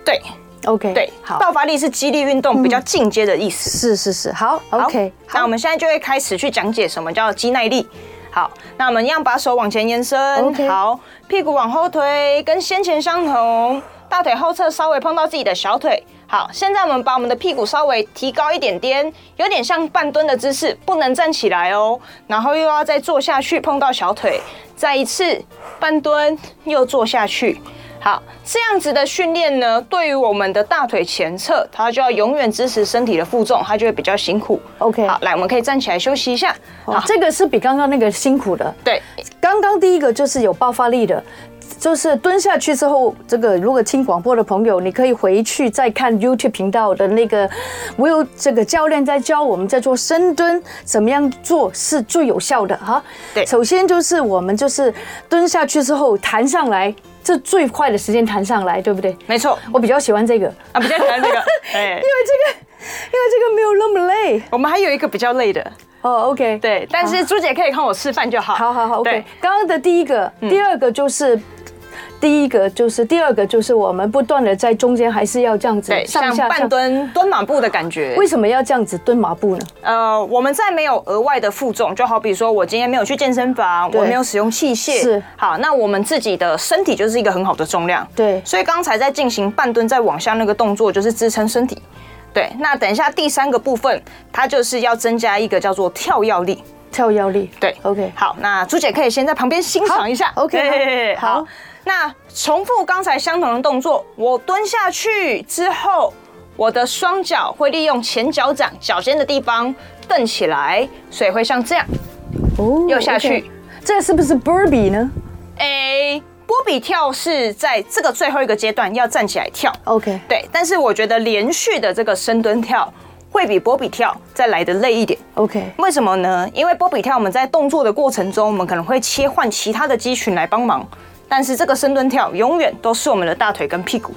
Speaker 3: 对
Speaker 2: ？OK，
Speaker 3: 对，
Speaker 2: 好，
Speaker 3: 爆发力是肌力运动比较进阶的意思。
Speaker 2: 是是是，好
Speaker 3: 好
Speaker 2: ，OK，
Speaker 3: 那我们现在就会开始去讲解什么叫肌耐力。好，那我们一样把手往前延伸
Speaker 2: OK
Speaker 3: 好，屁股往后推，跟先前相同，大腿后侧稍微碰到自己的小腿。好，现在我们把我们的屁股稍微提高一点点，有点像半蹲的姿势，不能站起来哦。然后又要再坐下去，碰到小腿，再一次半蹲，又坐下去。好，这样子的训练呢，对于我们的大腿前侧，它就要永远支持身体的负重，它就会比较辛苦。
Speaker 2: OK
Speaker 3: 好，来，我们可以站起来休息一下。
Speaker 2: 哦
Speaker 3: 好，
Speaker 2: 这个是比刚刚那个辛苦的，
Speaker 3: 对，
Speaker 2: 刚刚第一个就是有爆发力的，就是蹲下去之后，这个如果听广播的朋友，你可以回去再看 YouTube 频道的那个 Will 这个教练在教我们在做深蹲，怎么样做是最有效的哈。
Speaker 3: 对
Speaker 2: 首先就是我们就是蹲下去之后弹上来，这最快的时间弹上来，对不对？
Speaker 3: 没错，
Speaker 2: 我比较喜欢这个，因为
Speaker 3: 啊，比较喜欢这个。哎，
Speaker 2: 这个没有那么累。
Speaker 3: 我们还有一个比较累的，
Speaker 2: 哦，OK，
Speaker 3: 对，但是朱姐可以看我示范就好。
Speaker 2: 好好好
Speaker 3: 对嗯
Speaker 2: ，OK。刚刚的第一个，第二个就是。第一个就是，第二个就是，我们不断的在中间还是要这样子
Speaker 3: 对，
Speaker 2: 上
Speaker 3: 像
Speaker 2: 下
Speaker 3: 半
Speaker 2: 上。
Speaker 3: 蹲、蹲马步的感觉。
Speaker 2: 为什么要这样子蹲马步呢？
Speaker 3: 呃，我们在没有额外的负重，就好比说我今天没有去健身房，
Speaker 2: 对
Speaker 3: 我没有使用器械，
Speaker 2: 是
Speaker 3: 好，那我们自己的身体就是一个很好的重量，
Speaker 2: 对
Speaker 3: 所以刚才在进行半蹲再往下那个动作，就是支撑身体。对，那等一下第三个部分，它就是要增加一个叫做跳跃力。
Speaker 2: 跳腰力。
Speaker 3: 对
Speaker 2: ，OK，
Speaker 3: 好，那朱姐可以先在旁边欣
Speaker 2: 好
Speaker 3: 赏一下。
Speaker 2: OK，
Speaker 3: 对
Speaker 2: 好
Speaker 3: 对对
Speaker 2: 好
Speaker 3: 好。那重复刚才相同的动作，我蹲下去之后，我的双脚会利用前脚掌脚尖的地方蹬起来，所以会像这样。
Speaker 2: 哦
Speaker 3: 又下去
Speaker 2: OK 这个是不是 Burby 呢
Speaker 3: 诶，哎波比跳是在这个最后一个阶段要站起来跳。
Speaker 2: ？OK，
Speaker 3: 对，但是我觉得连续的这个深蹲跳会比波比跳再来的累一点。
Speaker 2: OK，
Speaker 3: 为什么呢？因为波比跳我们在动作的过程中，我们可能会切换其他的肌群来帮忙，但是这个深蹲跳永远都是我们的大腿跟屁股，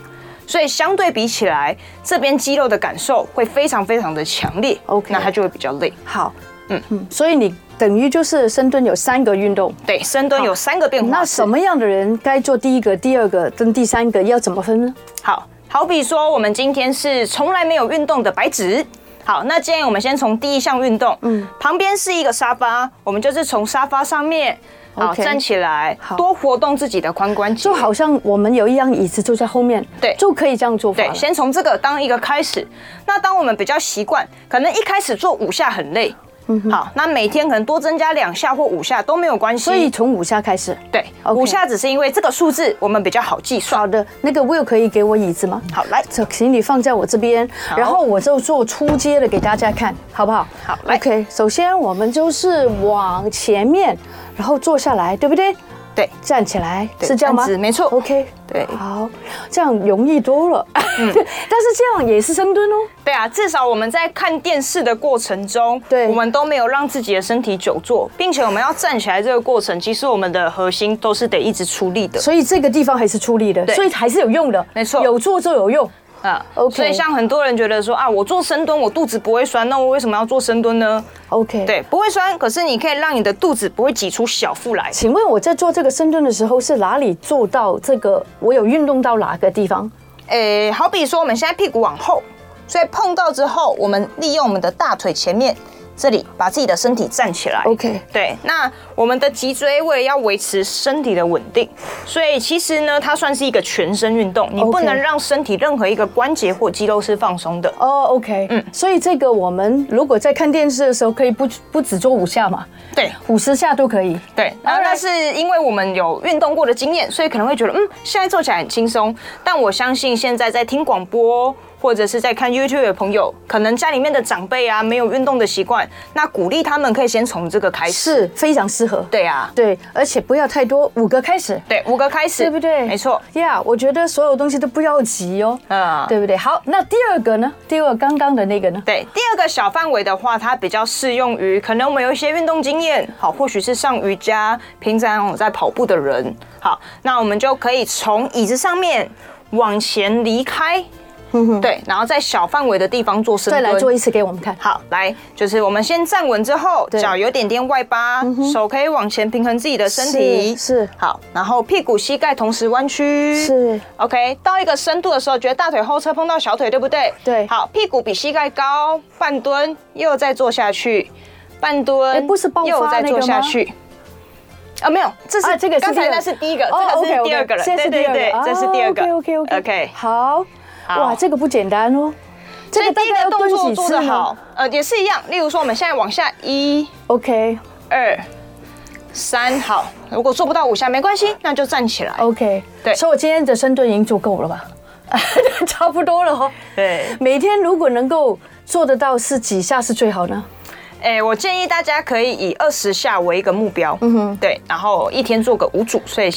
Speaker 3: 所以相对比起来，这边肌肉的感受会非常非常的强烈。
Speaker 2: OK
Speaker 3: 那它就会比较累。
Speaker 2: 好，嗯嗯，所以你等于就是深蹲有三个运动，
Speaker 3: 对，深蹲有三个变化
Speaker 2: 那
Speaker 3: 式
Speaker 2: 什么样的人该做第一个、第二个跟第三个，要怎么分呢？
Speaker 3: 好好比说，我们今天是从来没有运动的白纸。好，那建议我们先从第一项运动，嗯，旁边是一个沙发，我们就是从沙发上面好
Speaker 2: OK
Speaker 3: 站起来
Speaker 2: 好，
Speaker 3: 多活动自己的髋关节，
Speaker 2: 就好像我们有一样椅子坐在后面，
Speaker 3: 对
Speaker 2: 就可以这样做法
Speaker 3: 对，
Speaker 2: 了。
Speaker 3: 先从这个当一个开始。那当我们比较习惯，可能一开始做五下很累，
Speaker 2: 嗯
Speaker 3: 好，那每天可能多增加两下或五下都没有关系。
Speaker 2: 所以从五下开始。
Speaker 3: 对，
Speaker 2: OK
Speaker 3: 五下只是因为这个数字我们比较好计算。
Speaker 2: 好的，那个 Will 可以给我椅子吗？
Speaker 3: 好，来，
Speaker 2: 这行李放在我这边，然后我就做出街的给大家看，好不好？
Speaker 3: 好来
Speaker 2: ，OK。首先我们就是往前面，然后坐下来，对不对？
Speaker 3: 对，
Speaker 2: 站起来
Speaker 3: 对
Speaker 2: 是这样吗
Speaker 3: 站？直没错
Speaker 2: OK，
Speaker 3: 对嗯
Speaker 2: 好，这样容易多了。 但是这样也是深蹲哦。
Speaker 3: 对啊，至少我们在看电视的过程中，
Speaker 2: 对
Speaker 3: 我们都没有让自己的身体久坐，并且我们要站起来这个过程，其实我们的核心都是得一直出力的。
Speaker 2: 所以这个地方还是出力的，
Speaker 3: 对
Speaker 2: 所以还是有用的，
Speaker 3: 没错
Speaker 2: 有做就有用。
Speaker 3: 啊
Speaker 2: OK
Speaker 3: 所以像很多人觉得说啊，我做深蹲我肚子不会酸，那我为什么要做深蹲呢？
Speaker 2: OK，。
Speaker 3: 对，不会酸，可是你可以让你的肚子不会挤出小腹来。
Speaker 2: 请问我在做这个深蹲的时候，是哪里做到这个？我有运动到哪个地方？
Speaker 3: 诶、好比说我们现在屁股往后，所以碰到之后，我们利用我们的大腿前面这里，把自己的身体站起来。
Speaker 2: OK
Speaker 3: 对，那我们的脊椎为了要维持身体的稳定，所以其实呢，它算是一个全身运动，你不
Speaker 2: OK
Speaker 3: 能让身体任何一个关节或肌肉是放松的。
Speaker 2: 哦、o k 嗯，所以这个我们如果在看电视的时候，可以不不只做五下嘛，
Speaker 3: 对
Speaker 2: 五十下都可以。
Speaker 3: 对，然后
Speaker 2: Alright
Speaker 3: 但是因为我们有运动过的经验，所以可能会觉得，嗯，现在做起来很轻松。但我相信现在在听广播或者是在看 YouTube 的朋友，可能家里面的长辈啊没有运动的习惯，那鼓励他们可以先从这个开始。
Speaker 2: 是非常适合。
Speaker 3: 对啊，
Speaker 2: 对，而且不要太多，五个开始。
Speaker 3: 对，五个开始，
Speaker 2: 对不对？
Speaker 3: 没错。
Speaker 2: 呀我觉得所有东西都不要急哦，
Speaker 3: 嗯
Speaker 2: 对不对？好，那第二个呢？第二个刚刚的那个呢？
Speaker 3: 对，第二个小范围的话，它比较适用于可能我们有一些运动经验，好，或许是上瑜伽、平常有在跑步的人，好，那我们就可以从椅子上面往前离开，对，然后在小范围的地方做
Speaker 2: 嗯
Speaker 3: 深
Speaker 2: 再
Speaker 3: 蹲。
Speaker 2: 来做一次给我们看。
Speaker 3: 好，来，就是我们先站稳之后，
Speaker 2: 对嗯
Speaker 3: 脚有点点外八，手可以往前平衡自己的身体，
Speaker 2: 是是
Speaker 3: 好，然后屁股、膝盖同时弯曲，
Speaker 2: 是
Speaker 3: OK，到一个深度的时候，觉得大腿后侧碰到小腿，对不对？
Speaker 2: 对
Speaker 3: 好，屁股比膝盖高，半蹲，又再坐下去，半
Speaker 2: 哎
Speaker 3: 蹲，
Speaker 2: 不是爆发
Speaker 3: 又再
Speaker 2: 那个
Speaker 3: 坐下
Speaker 2: 吗
Speaker 3: 去。啊，没有，这是、
Speaker 2: 啊这个是
Speaker 3: 刚才
Speaker 2: 第二
Speaker 3: 那是第一个，
Speaker 2: 哦
Speaker 3: 这个是
Speaker 2: OK，OK，
Speaker 3: 第二个了，
Speaker 2: 现在是
Speaker 3: 对
Speaker 2: 第
Speaker 3: 对
Speaker 2: 二
Speaker 3: 对，
Speaker 2: 个，哦
Speaker 3: 这是第二个。
Speaker 2: OK OK
Speaker 3: OK
Speaker 2: 好，
Speaker 3: 好
Speaker 2: 哇，这个不简单哦。
Speaker 3: 所
Speaker 2: 这
Speaker 3: 以第一个动作做得
Speaker 2: 呢
Speaker 3: 好，呃，也是一样。例如说，我们现在往下一、
Speaker 2: OK
Speaker 3: 二、三，好，如果做不到五下没关系，那就站起来。
Speaker 2: OK，
Speaker 3: 对
Speaker 2: 所以我今天的深蹲已经做够了吧？ 差不多了哦。
Speaker 3: 对
Speaker 2: 每天如果能够做得到是几下是最好呢？
Speaker 3: 哎、我建议大家可以以二十下为一个目标，嗯哼，对，然后一天做个五组，所以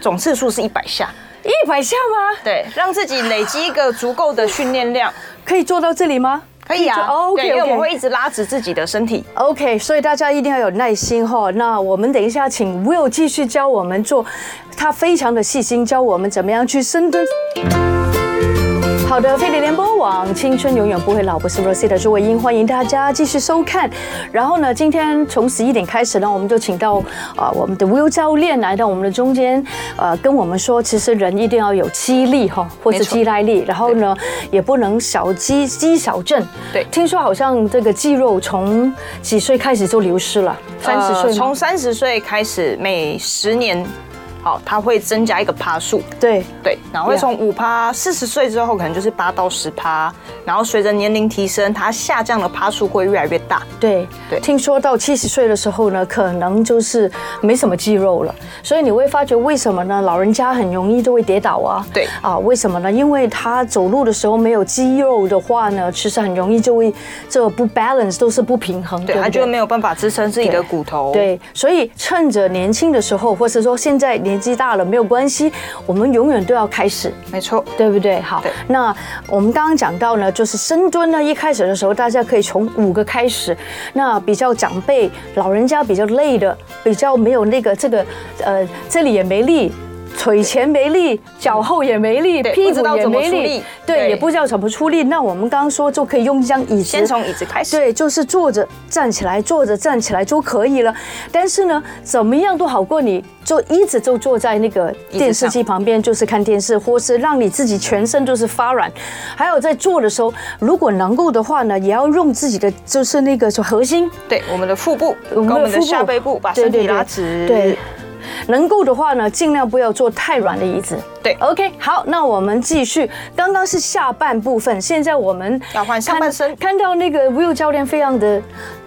Speaker 3: 总次数是一百下，
Speaker 2: 一百下吗？
Speaker 3: 对，让自己累积一个足够的训练量，
Speaker 2: 可以做到这里吗？
Speaker 3: 可以啊，
Speaker 2: 哦
Speaker 3: 对，因
Speaker 2: ，OK
Speaker 3: 为我们
Speaker 2: OK
Speaker 3: 会。一直拉直自己的身体。
Speaker 2: OK，所以大家一定要有耐心哈。那我们等一下请 Will 继续教我们做，他非常的细心教我们怎么样去深蹲。好的，飞碟联播网，青春永远不会老，我是 Rosie 的朱慧英，欢迎大家继续收看。然后呢，今天从十一点开始呢，我们就请到啊、呃我们的 Will 教练来到我们的中间，呃，跟我们说，其实人一定要有肌力哈，或是
Speaker 3: 没错
Speaker 2: 肌耐力，然后呢，也不能小肌肌少症。
Speaker 3: 对
Speaker 2: 听说好像这个肌肉从几岁开始就流失了，三十
Speaker 3: 呃
Speaker 2: 岁吗
Speaker 3: 从三十岁开始，每十年好，它会增加一个趴数，
Speaker 2: 对，
Speaker 3: 对，然后会从五趴，四十岁之后可能就是八到十趴，然后随着年龄提升，它下降的趴数会越来越大。
Speaker 2: 对
Speaker 3: 对
Speaker 2: 听说到七十岁的时候呢，可能就是没什么肌肉了，所以你会发觉为什么呢？老人家很容易就会跌倒啊。
Speaker 3: 对
Speaker 2: 啊，为什么呢？因为他走路的时候没有肌肉的话呢，其实很容易就会这不 balance 都是不平衡，
Speaker 3: 对，
Speaker 2: 不
Speaker 3: 它就没有办法支撑自己的骨头。，
Speaker 2: 对，所以趁着年轻的时候，或是说现在年纪大了没有关系，我们永远都要开始，
Speaker 3: 没错。
Speaker 2: 对不对？好
Speaker 3: 对，
Speaker 2: 那我们刚刚讲到呢，就是深蹲呢，一开始的时候大家可以从五个开始，那比较长辈、老人家比较累的，比较没有那个这个呃这里也没力。腿前没力，脚后也没力，
Speaker 3: 嗯对
Speaker 2: 屁
Speaker 3: 不知
Speaker 2: 股
Speaker 3: 道
Speaker 2: 也
Speaker 3: 怎么
Speaker 2: 没
Speaker 3: 出
Speaker 2: 力
Speaker 3: 力，
Speaker 2: 对，
Speaker 3: 对
Speaker 2: 也不知道怎么出力。那我们刚刚说就可以用一张椅子，
Speaker 3: 先从椅子开始。
Speaker 2: 对，就是坐着站起来，坐着站起来就可以了。但是呢，怎么样都好过你就一直就坐在那个
Speaker 3: 椅子
Speaker 2: 电视机旁边，就是看电视，或是让你自己全身都是发软。还有在做的时候，如果能够的话呢，也要用自己的就是那个核心，
Speaker 3: 对，我们的腹部
Speaker 2: 我
Speaker 3: 跟
Speaker 2: 们的
Speaker 3: 我们
Speaker 2: 腹
Speaker 3: 的
Speaker 2: 部
Speaker 3: 下背部把
Speaker 2: 对
Speaker 3: 身
Speaker 2: 对
Speaker 3: 体
Speaker 2: 对
Speaker 3: 拉直。
Speaker 2: 对。能够的话呢，尽量不要坐太软的椅子。
Speaker 3: 对
Speaker 2: ，OK，好，那我们继续。刚刚是下半部分，现在我们
Speaker 3: 要换上
Speaker 2: 看
Speaker 3: 半身
Speaker 2: 看到那个 Will 教练非常的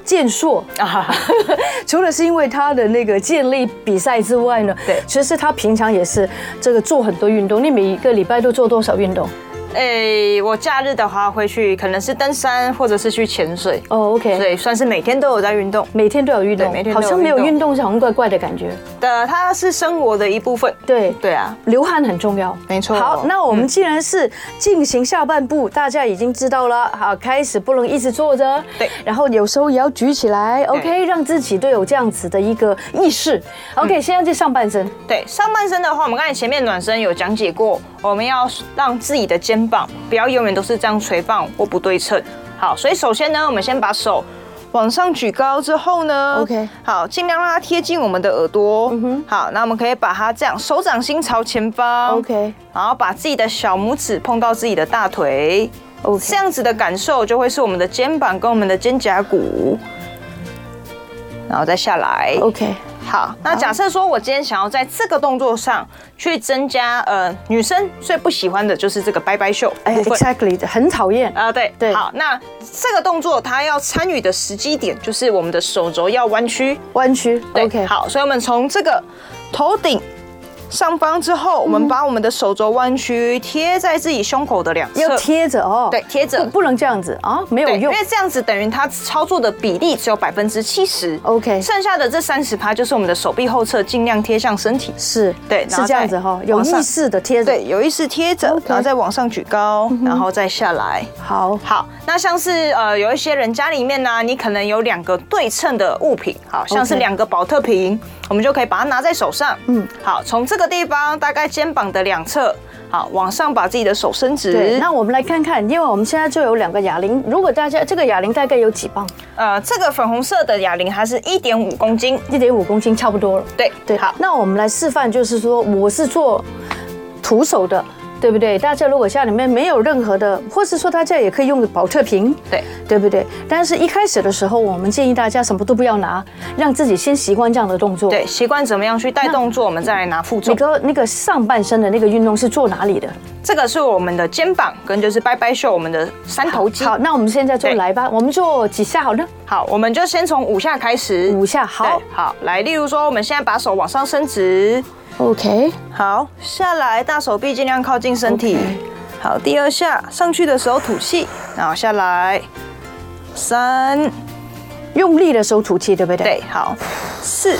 Speaker 2: 健硕，
Speaker 3: 啊，
Speaker 2: 除了是因为他的那个健力比赛之外呢，
Speaker 3: 对
Speaker 2: 其实他平常也是这个做很多运动。你每一个礼拜都做多少运动？
Speaker 3: 哎，我假日的话会去，可能是登山或者是去潜水，
Speaker 2: 哦，OK、o k
Speaker 3: 对，算是每天都有在运动。
Speaker 2: 每天都有运动
Speaker 3: 对每，天
Speaker 2: 好
Speaker 3: 都有
Speaker 2: 像没有
Speaker 3: 运动
Speaker 2: 运动是好像怪怪的感觉。
Speaker 3: 的，呃它是生活的一部分。
Speaker 2: 对，
Speaker 3: 对啊，
Speaker 2: 流汗很重要，
Speaker 3: 没错
Speaker 2: 好，那我们既然是进行下半部，大家已经知道了，好，开始不能一直坐着，
Speaker 3: 对
Speaker 2: 然后有时候也要举起来，OK，让自己都有这样子的一个意识。OK，、现
Speaker 3: 嗯
Speaker 2: 在就上半身，
Speaker 3: 对，上半身的话，我们刚才前面暖身有讲解过，我们要让自己的肩膀不要永远都是这样垂放或不对称。好，所以首先呢，我们先把手往上举高之后呢
Speaker 2: OK
Speaker 3: 好，尽量让它贴近我们的耳朵。嗯哼，好，那我们可以把它这样，手掌心朝前方
Speaker 2: OK
Speaker 3: 然后把自己的小拇指碰到自己的大腿。
Speaker 2: OK
Speaker 3: 这样子的感受就会是我们的肩膀跟我们的肩胛骨，然后再下来。
Speaker 2: ，OK，
Speaker 3: 好，那假设说我今天想要在这个动作上去增加，呃，女生最不喜欢的就是这个拜拜袖
Speaker 2: 哎
Speaker 3: 部分。
Speaker 2: ，Exactly，很讨厌，
Speaker 3: 啊、对
Speaker 2: 对
Speaker 3: 好，那这个动作它要参与的时机点就是我们的手肘要弯曲，
Speaker 2: 弯曲
Speaker 3: 对
Speaker 2: ，OK，
Speaker 3: 好，所以我们从这个头顶上方之后，我们把我们的手肘弯曲贴在自己胸口的两侧，
Speaker 2: 要贴着哦，
Speaker 3: 对，贴着
Speaker 2: 不，不能这样子啊，没有
Speaker 3: 对，因
Speaker 2: 用
Speaker 3: 为这样子等于它操作的比例只有百分之七十
Speaker 2: OK
Speaker 3: 剩下的这三十趴就是我们的手臂后侧尽量贴向身体，
Speaker 2: 是，
Speaker 3: 对然
Speaker 2: 是
Speaker 3: 后
Speaker 2: 这样子哈、
Speaker 3: 再
Speaker 2: 有
Speaker 3: 往上
Speaker 2: 意识的贴着，
Speaker 3: 对，有意识贴着
Speaker 2: 嗯 OK 嗯
Speaker 3: 然后再往上举高，然后再下来。
Speaker 2: 好，
Speaker 3: 好，那像是呃，有一些人家里面呢、你可能有两个对称的物品，好像是
Speaker 2: OK
Speaker 3: 两个保特瓶我们就可以把它拿在手上。嗯，好，从这个地方大概肩膀的两侧，好往上把自己的手伸
Speaker 2: 对，
Speaker 3: 直。
Speaker 2: 那我们来看看，因为我们现在就有两个哑铃，如果大家这个哑铃大概有几磅？
Speaker 3: 呃，这个粉红色的哑铃它是一点五公斤。
Speaker 2: 一点五公斤差不多了。
Speaker 3: 对
Speaker 2: 对，
Speaker 3: 好，
Speaker 2: 那我们来示范，就是说我是做徒手的，对不对？大家如果家里面没有任何的，或是说大家也可以用保特瓶，
Speaker 3: 对
Speaker 2: 对不对？但是一开始的时候，我们建议大家什么都不要拿，让自己先习惯这样的动作。
Speaker 3: 对，习惯怎么样去带动作，我们再来拿负
Speaker 2: 你
Speaker 3: 重。
Speaker 2: 哥那个上半身的那个运动是做哪里的？
Speaker 3: 这个是我们的肩膀跟就是拜拜袖，我们的三头肌。
Speaker 2: 好，那我们现在就
Speaker 3: 对
Speaker 2: 来吧，我们做几下好呢？
Speaker 3: 好，我们就先从五下开始。
Speaker 2: 五下，好
Speaker 3: 对好，来，例如说，我们现在把手往上伸直，
Speaker 2: ，OK，
Speaker 3: 好，下来，大手臂尽量靠近身体。
Speaker 2: OK
Speaker 3: 好，第二下上去的时候吐气，然后下来，三，
Speaker 2: 用力的时候吐气，对不对？，
Speaker 3: 对，好，四，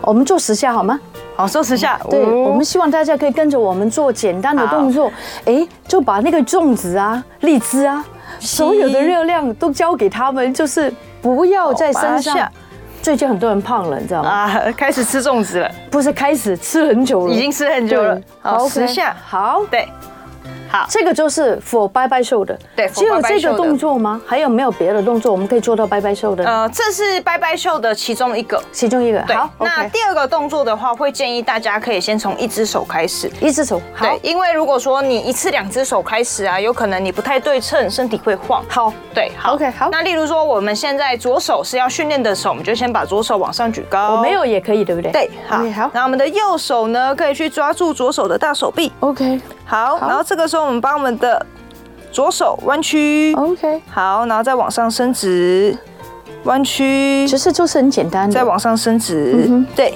Speaker 2: 我们做十下好吗？
Speaker 3: 好，收十下，
Speaker 2: 嗯对，
Speaker 3: 五
Speaker 2: 我们希望大家可以跟着我们做简单的
Speaker 3: 好
Speaker 2: 动作，哎，就把那个粽子啊、荔枝啊，所有的热量都交给他们，就是不要在身
Speaker 3: 好拔
Speaker 2: 上
Speaker 3: 下。
Speaker 2: 最近很多人胖了，你知道吗？
Speaker 3: 啊，开始吃粽子了，
Speaker 2: 不是开始吃很久了，
Speaker 3: 已经吃很久了
Speaker 2: 对，
Speaker 3: 好，
Speaker 2: OK
Speaker 3: 十下，
Speaker 2: 好，
Speaker 3: 对，好
Speaker 2: 这个就是 for 拜拜瘦的。
Speaker 3: 对，for
Speaker 2: 只有
Speaker 3: bye bye
Speaker 2: 这个
Speaker 3: show 的
Speaker 2: 动作吗？还有没有别的动作我们可以做到拜拜瘦的？
Speaker 3: 呃，这是拜拜秀的其中一个。
Speaker 2: 其中一个。
Speaker 3: 对
Speaker 2: 好，，
Speaker 3: 那
Speaker 2: OK
Speaker 3: 第二个动作的话，会建议大家可以先从一只手开始。
Speaker 2: 一只手。好
Speaker 3: 对，，因为如果说你一次两只手开始啊，有可能你不太对称，身体会晃。
Speaker 2: 好，
Speaker 3: 对，好
Speaker 2: OK，好
Speaker 3: 那例如说，我们现在左手是要训练的手，我们就先把左手往上举
Speaker 2: 我
Speaker 3: 高。
Speaker 2: 没。有也可以，对不对？
Speaker 3: 对，好。
Speaker 2: OK，好
Speaker 3: 然后我们的右手呢，可以去抓住左手的大手臂。
Speaker 2: ，OK
Speaker 3: 好，
Speaker 2: 好
Speaker 3: 然后这个时候我们把我们的左手弯曲。
Speaker 2: OK，
Speaker 3: 好，然后再往上伸直，弯曲。
Speaker 2: 其实就是很简单的。
Speaker 3: 再往上伸直，对。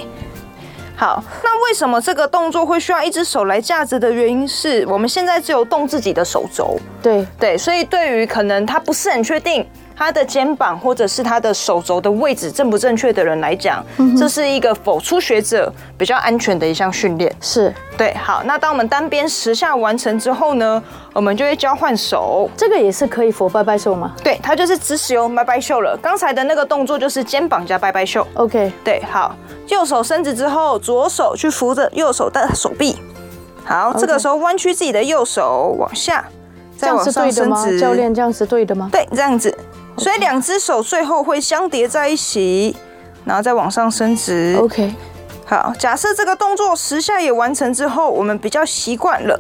Speaker 3: 好，那为什么这个动作会需要一只手来架着的原因是我们现在只有动自己的手肘，
Speaker 2: 对，
Speaker 3: 对，所以对于可能他不是很确定他的肩膀或者是他的手肘的位置正不正确的人来讲，这是一个否初学者比较安全的一项训练。
Speaker 2: 是
Speaker 3: 对，好，那当我们单边十下完成之后呢，我们就会交换手，
Speaker 2: 这个也是可以 for 拜拜瘦吗
Speaker 3: 对，它就是只使用拜拜袖了。刚才的那个动作就是肩膀加拜拜袖。
Speaker 2: ？OK，
Speaker 3: 对，好，右手伸直之后，左手去扶着右手的手臂。好，这个时候弯曲自己的右手往下，
Speaker 2: 这
Speaker 3: 再
Speaker 2: 样
Speaker 3: 往
Speaker 2: 是
Speaker 3: 上
Speaker 2: 对的
Speaker 3: 伸
Speaker 2: 吗？
Speaker 3: 直。
Speaker 2: 教，练这样是对的吗？
Speaker 3: 对，这样子。所以两只手最后会相叠在一起，然后再往上伸直。
Speaker 2: OK，
Speaker 3: 好，假设这个动作十下也完成之后，我们比较习惯了，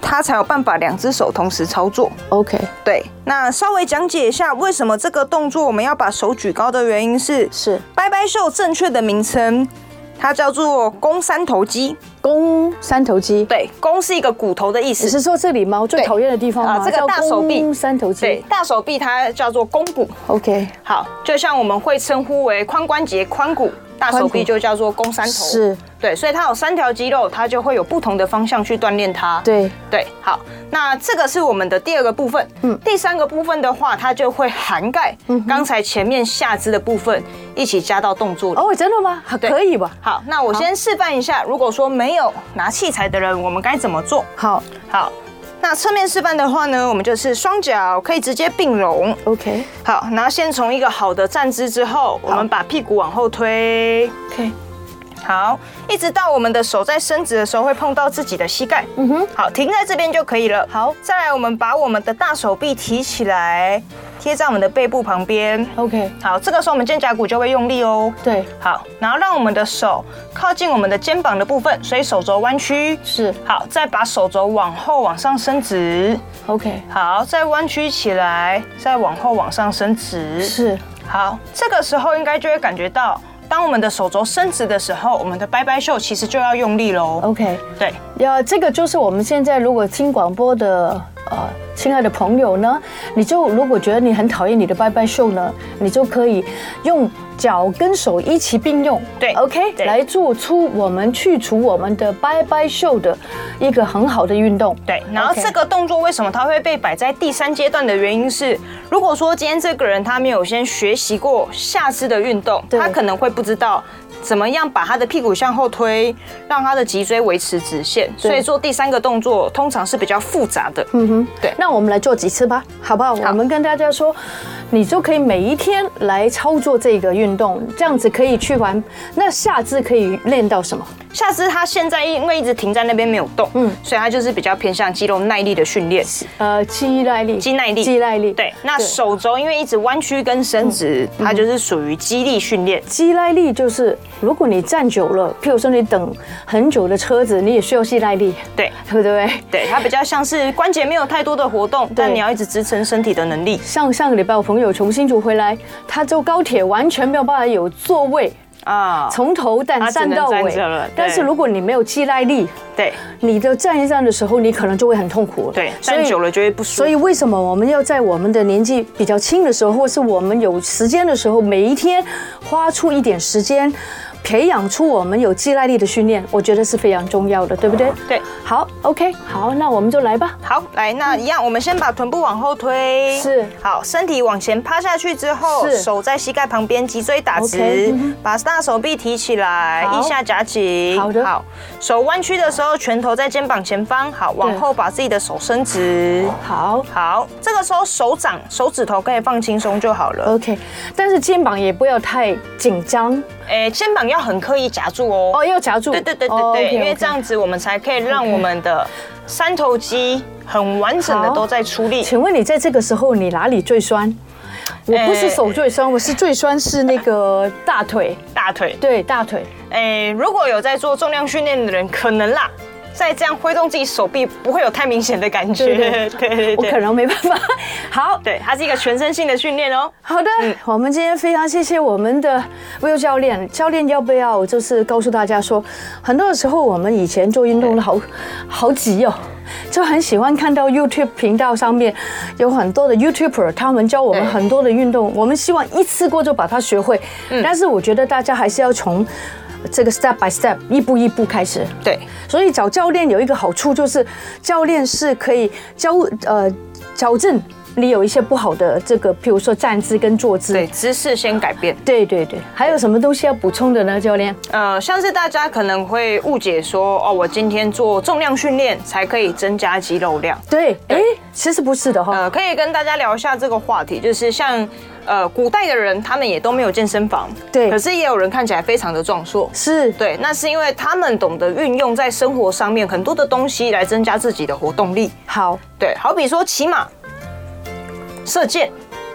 Speaker 3: 它才有办法两只手同时操作。
Speaker 2: OK，
Speaker 3: 对，那稍微讲解一下为什么这个动作我们要把手举高的原因是，
Speaker 2: 是
Speaker 3: 拜拜袖正确的名称，它叫做肱三头肌。
Speaker 2: 肱三头肌。
Speaker 3: 对，肱是一个骨头的意
Speaker 2: 你
Speaker 3: 思。
Speaker 2: 是说这里吗？我最
Speaker 3: 对
Speaker 2: 讨厌的地方吗？
Speaker 3: 啊这个大手臂
Speaker 2: 叫肱三头肌。
Speaker 3: 对，大手臂它叫做肱骨。
Speaker 2: ，OK，
Speaker 3: 好，就像我们会称呼为髋关节髋骨，大手
Speaker 2: 髋
Speaker 3: 臂
Speaker 2: 骨
Speaker 3: 就叫做肱三头。
Speaker 2: 是，
Speaker 3: 对，所以它有三条肌肉，它就会有不同的方向去锻炼它。
Speaker 2: 对，
Speaker 3: 对，好，那这个是我们的第二个部分。嗯，第三个部分的话，它就会涵盖刚才前面下肢的部分，一起加到动作里。
Speaker 2: 哦，真的吗？还
Speaker 3: 对
Speaker 2: 可以吧？
Speaker 3: 好，那我先示范一下，如果说没有拿器材的人，我们该怎么做？
Speaker 2: 好
Speaker 3: 好，那侧面示范的话呢，我们就是双脚可以直接并拢。
Speaker 2: ，OK，
Speaker 3: 好，然后先从一个好的站姿之后，我们把屁股往后推。
Speaker 2: OK
Speaker 3: 好，一直到我们的手在伸直的时候会碰到自己的膝盖。嗯
Speaker 2: 哼，
Speaker 3: 好，停在这边就可以了。好，再来，我们把我们的大手臂提起来，贴在我们的背部旁边。
Speaker 2: OK，
Speaker 3: 好，这个时候我们肩胛骨就会用力哦。
Speaker 2: 对，
Speaker 3: 好，然后让我们的手靠近我们的肩膀的部分，所以手肘弯曲。
Speaker 2: 是
Speaker 3: 好，再把手肘往后往上伸直。
Speaker 2: OK，
Speaker 3: 好，再弯曲起来，再往后往上伸直。
Speaker 2: 是
Speaker 3: 好，这个时候应该就会感觉到，当我们的手肘伸直的时候，我们的拜拜袖其实就要用力喽。
Speaker 2: OK。
Speaker 3: 对，
Speaker 2: 要呃这个就是我们现在如果听广播的呃亲爱的朋友呢，你就如果觉得你很讨厌你的拜拜秀呢，你就可以用脚跟手一起并用，
Speaker 3: 对
Speaker 2: ，OK，
Speaker 3: 对
Speaker 2: 来做出我们去除我们的拜拜秀的一个很好的运动。
Speaker 3: 对，然后
Speaker 2: OK
Speaker 3: 这个动作为什么它会被摆在第三阶段的原因是，如果说今天这个人他没有先学习过下肢的运动，
Speaker 2: 对
Speaker 3: 他可能会不知道怎么样把他的屁股向后推，让他的脊椎维持直线。
Speaker 2: 对
Speaker 3: 所以做第三个动作通常是比较复杂的。
Speaker 2: 嗯哼，
Speaker 3: 对
Speaker 2: 那我们来做几次吧，好不好？我们跟大家说，你就可以每一天来操作这个运动，这样子可以去玩。那下肢可以练到什么？
Speaker 3: 下肢他现在因为一直停在那边没有动，嗯，所以他就是比较偏向肌肉耐力的训练。
Speaker 2: 呃，肌耐力，
Speaker 3: 肌耐力
Speaker 2: 肌耐力。
Speaker 3: 对，那手肘因为一直弯曲跟伸直，
Speaker 2: 嗯
Speaker 3: 它就是属于肌力训练。
Speaker 2: 肌耐力就是，如果你站久了，譬如说你等很久的车子，你也需要肌耐力，
Speaker 3: 对，
Speaker 2: 对不对？
Speaker 3: 对，它比较像是关节没有太多的活动，但
Speaker 2: 对
Speaker 3: 你要一直支撑身体的能力
Speaker 2: 像上个礼拜我朋友从新竹回来，他坐高铁完全没有办法有座位，
Speaker 3: 啊。
Speaker 2: 从头站
Speaker 3: 他只
Speaker 2: 站
Speaker 3: 能
Speaker 2: 到
Speaker 3: 站
Speaker 2: 尾
Speaker 3: 着了对。
Speaker 2: 但是如果你没有肌耐力，
Speaker 3: 对
Speaker 2: 你的站一站的时候，你可能就会很痛苦。
Speaker 3: 对，
Speaker 2: 所以
Speaker 3: 站久了就会不舒
Speaker 2: 所以
Speaker 3: 服。
Speaker 2: 为什么我们要在我们的年纪比较轻的时候，或是我们有时间的时候，每一天花出一点时间，培养出我们有肌耐力的训练，我觉得是非常重要的，对不对？
Speaker 3: 对，
Speaker 2: 好，OK，好，那我们就来吧。
Speaker 3: 好，来，那一样，我们先把臀部往后推，
Speaker 2: 是
Speaker 3: 好，身体往前趴下去之后，
Speaker 2: 是
Speaker 3: 手在膝盖旁边，脊椎打
Speaker 2: OK，
Speaker 3: 直
Speaker 2: 嗯，
Speaker 3: 把大手臂提起来，
Speaker 2: 好
Speaker 3: 腋下夹紧，
Speaker 2: 好的
Speaker 3: 好，手弯曲的时候，拳头在肩膀前方，好，往
Speaker 2: 对
Speaker 3: 后把自己的手伸直，
Speaker 2: 好
Speaker 3: 好，这个时候手掌、手指头可以放轻松就好了。
Speaker 2: ，OK，但是肩膀也不要太紧张
Speaker 3: 诶、肩膀要很刻意夹住哦。
Speaker 2: 哦，要夹住。
Speaker 3: 对对对对对
Speaker 2: 哦，OK，
Speaker 3: 因为
Speaker 2: OK
Speaker 3: 这样子我们才可以让我们的三头肌很完整的
Speaker 2: 好
Speaker 3: 都在出力。
Speaker 2: 请问你在这个时候你哪里最酸？我不是
Speaker 3: 呃
Speaker 2: 手最酸，我是最酸是那个大腿，
Speaker 3: 大腿，
Speaker 2: 对大腿。
Speaker 3: 哎，如果有在做重量训练的人，可能啦，再这样挥动自己手臂，不会有太明显的感觉。
Speaker 2: 对对
Speaker 3: 对 对
Speaker 2: 我可
Speaker 3: 对，
Speaker 2: 能没办法。好，
Speaker 3: 对，它是一个全身性的训练哦。
Speaker 2: 好的，我们今天非常谢谢我们的 Will 教练。教练要不要就是告诉大家说，很多的时候我们以前做运动的好好急哦，就很喜欢看到 YouTube 频道上面有很多的 YouTuber，他们教我们
Speaker 3: 对
Speaker 2: 很多的运动，我们希望一次过就把它学会。但是我觉得大家还是要从这个 step by step 一步一步开始。
Speaker 3: 对，
Speaker 2: 所以找教练有一个好处就是，教练是可以教呃矫正你有一些不好的这个，譬如说站姿跟坐姿。
Speaker 3: 对，姿势先改变。
Speaker 2: 对对对还有什么东西要补充的呢，教练？
Speaker 3: 呃，像是大家可能会误解说，哦，我今天做重量训练才可以增加肌肉量。
Speaker 2: 对，哎，其实不是的哈、
Speaker 3: 呃，可以跟大家聊一下这个话题，就是像呃古代的人，他们也都没有健身房，
Speaker 2: 对
Speaker 3: 可是也有人看起来非常的壮硕。
Speaker 2: 是，
Speaker 3: 对，那是因为他们懂得运用在生活上面很多的东西来增加自己的活动力。
Speaker 2: 好，
Speaker 3: 对，好比说骑马、射箭，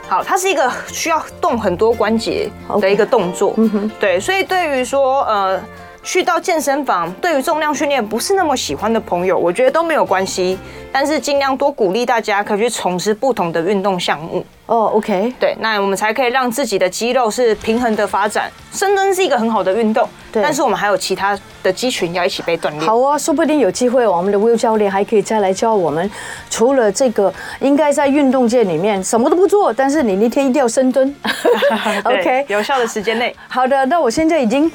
Speaker 3: 好，它是一个需要动很多关节的一个动作。对，所以对于说呃。去到健身房，对于重量训练不是那么喜欢的朋友，我觉得都没有关系，但是尽量多鼓励大家可以去从事不同的运动项目。
Speaker 2: 哦，OK，
Speaker 3: 对，那我们才可以让自己的肌肉是平衡的发展。深蹲是一个很好的运动，
Speaker 2: 对
Speaker 3: 但是我们还有其他的肌群要一起被锻炼。
Speaker 2: 好啊，说不定有机会，我们的 Will 教练还可以再来教我们，除了这个，应该在运动界里面什么都不做，但是你那天一定要深蹲
Speaker 3: 对
Speaker 2: ，OK，
Speaker 3: 有效的时间内，
Speaker 2: 好的，那我现在已经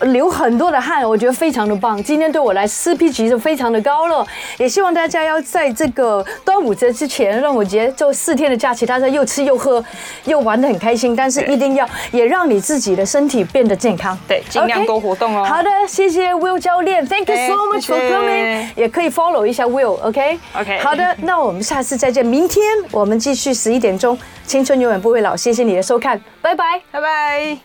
Speaker 2: 流很多的汗，我觉得非常的棒。今天对我来四 P 级是非常的高了，也希望大家要在这个端午节之前，让我节就四天的假期，大家又吃又喝，又玩得很开心，但是一定要也让你自己的身体变得健康。
Speaker 3: 对尽量
Speaker 2: OK？
Speaker 3: 多活动哦
Speaker 2: 好的，谢谢 Will 教练，Thank you so much for
Speaker 3: 哎谢谢
Speaker 2: coming，也可以 follow 一下 Will，OK？OK。
Speaker 3: OK
Speaker 2: 好的，那我们下次再见，明天我们继续十一点钟，青春永远不会老。谢谢你的收看，拜拜。
Speaker 3: 拜拜。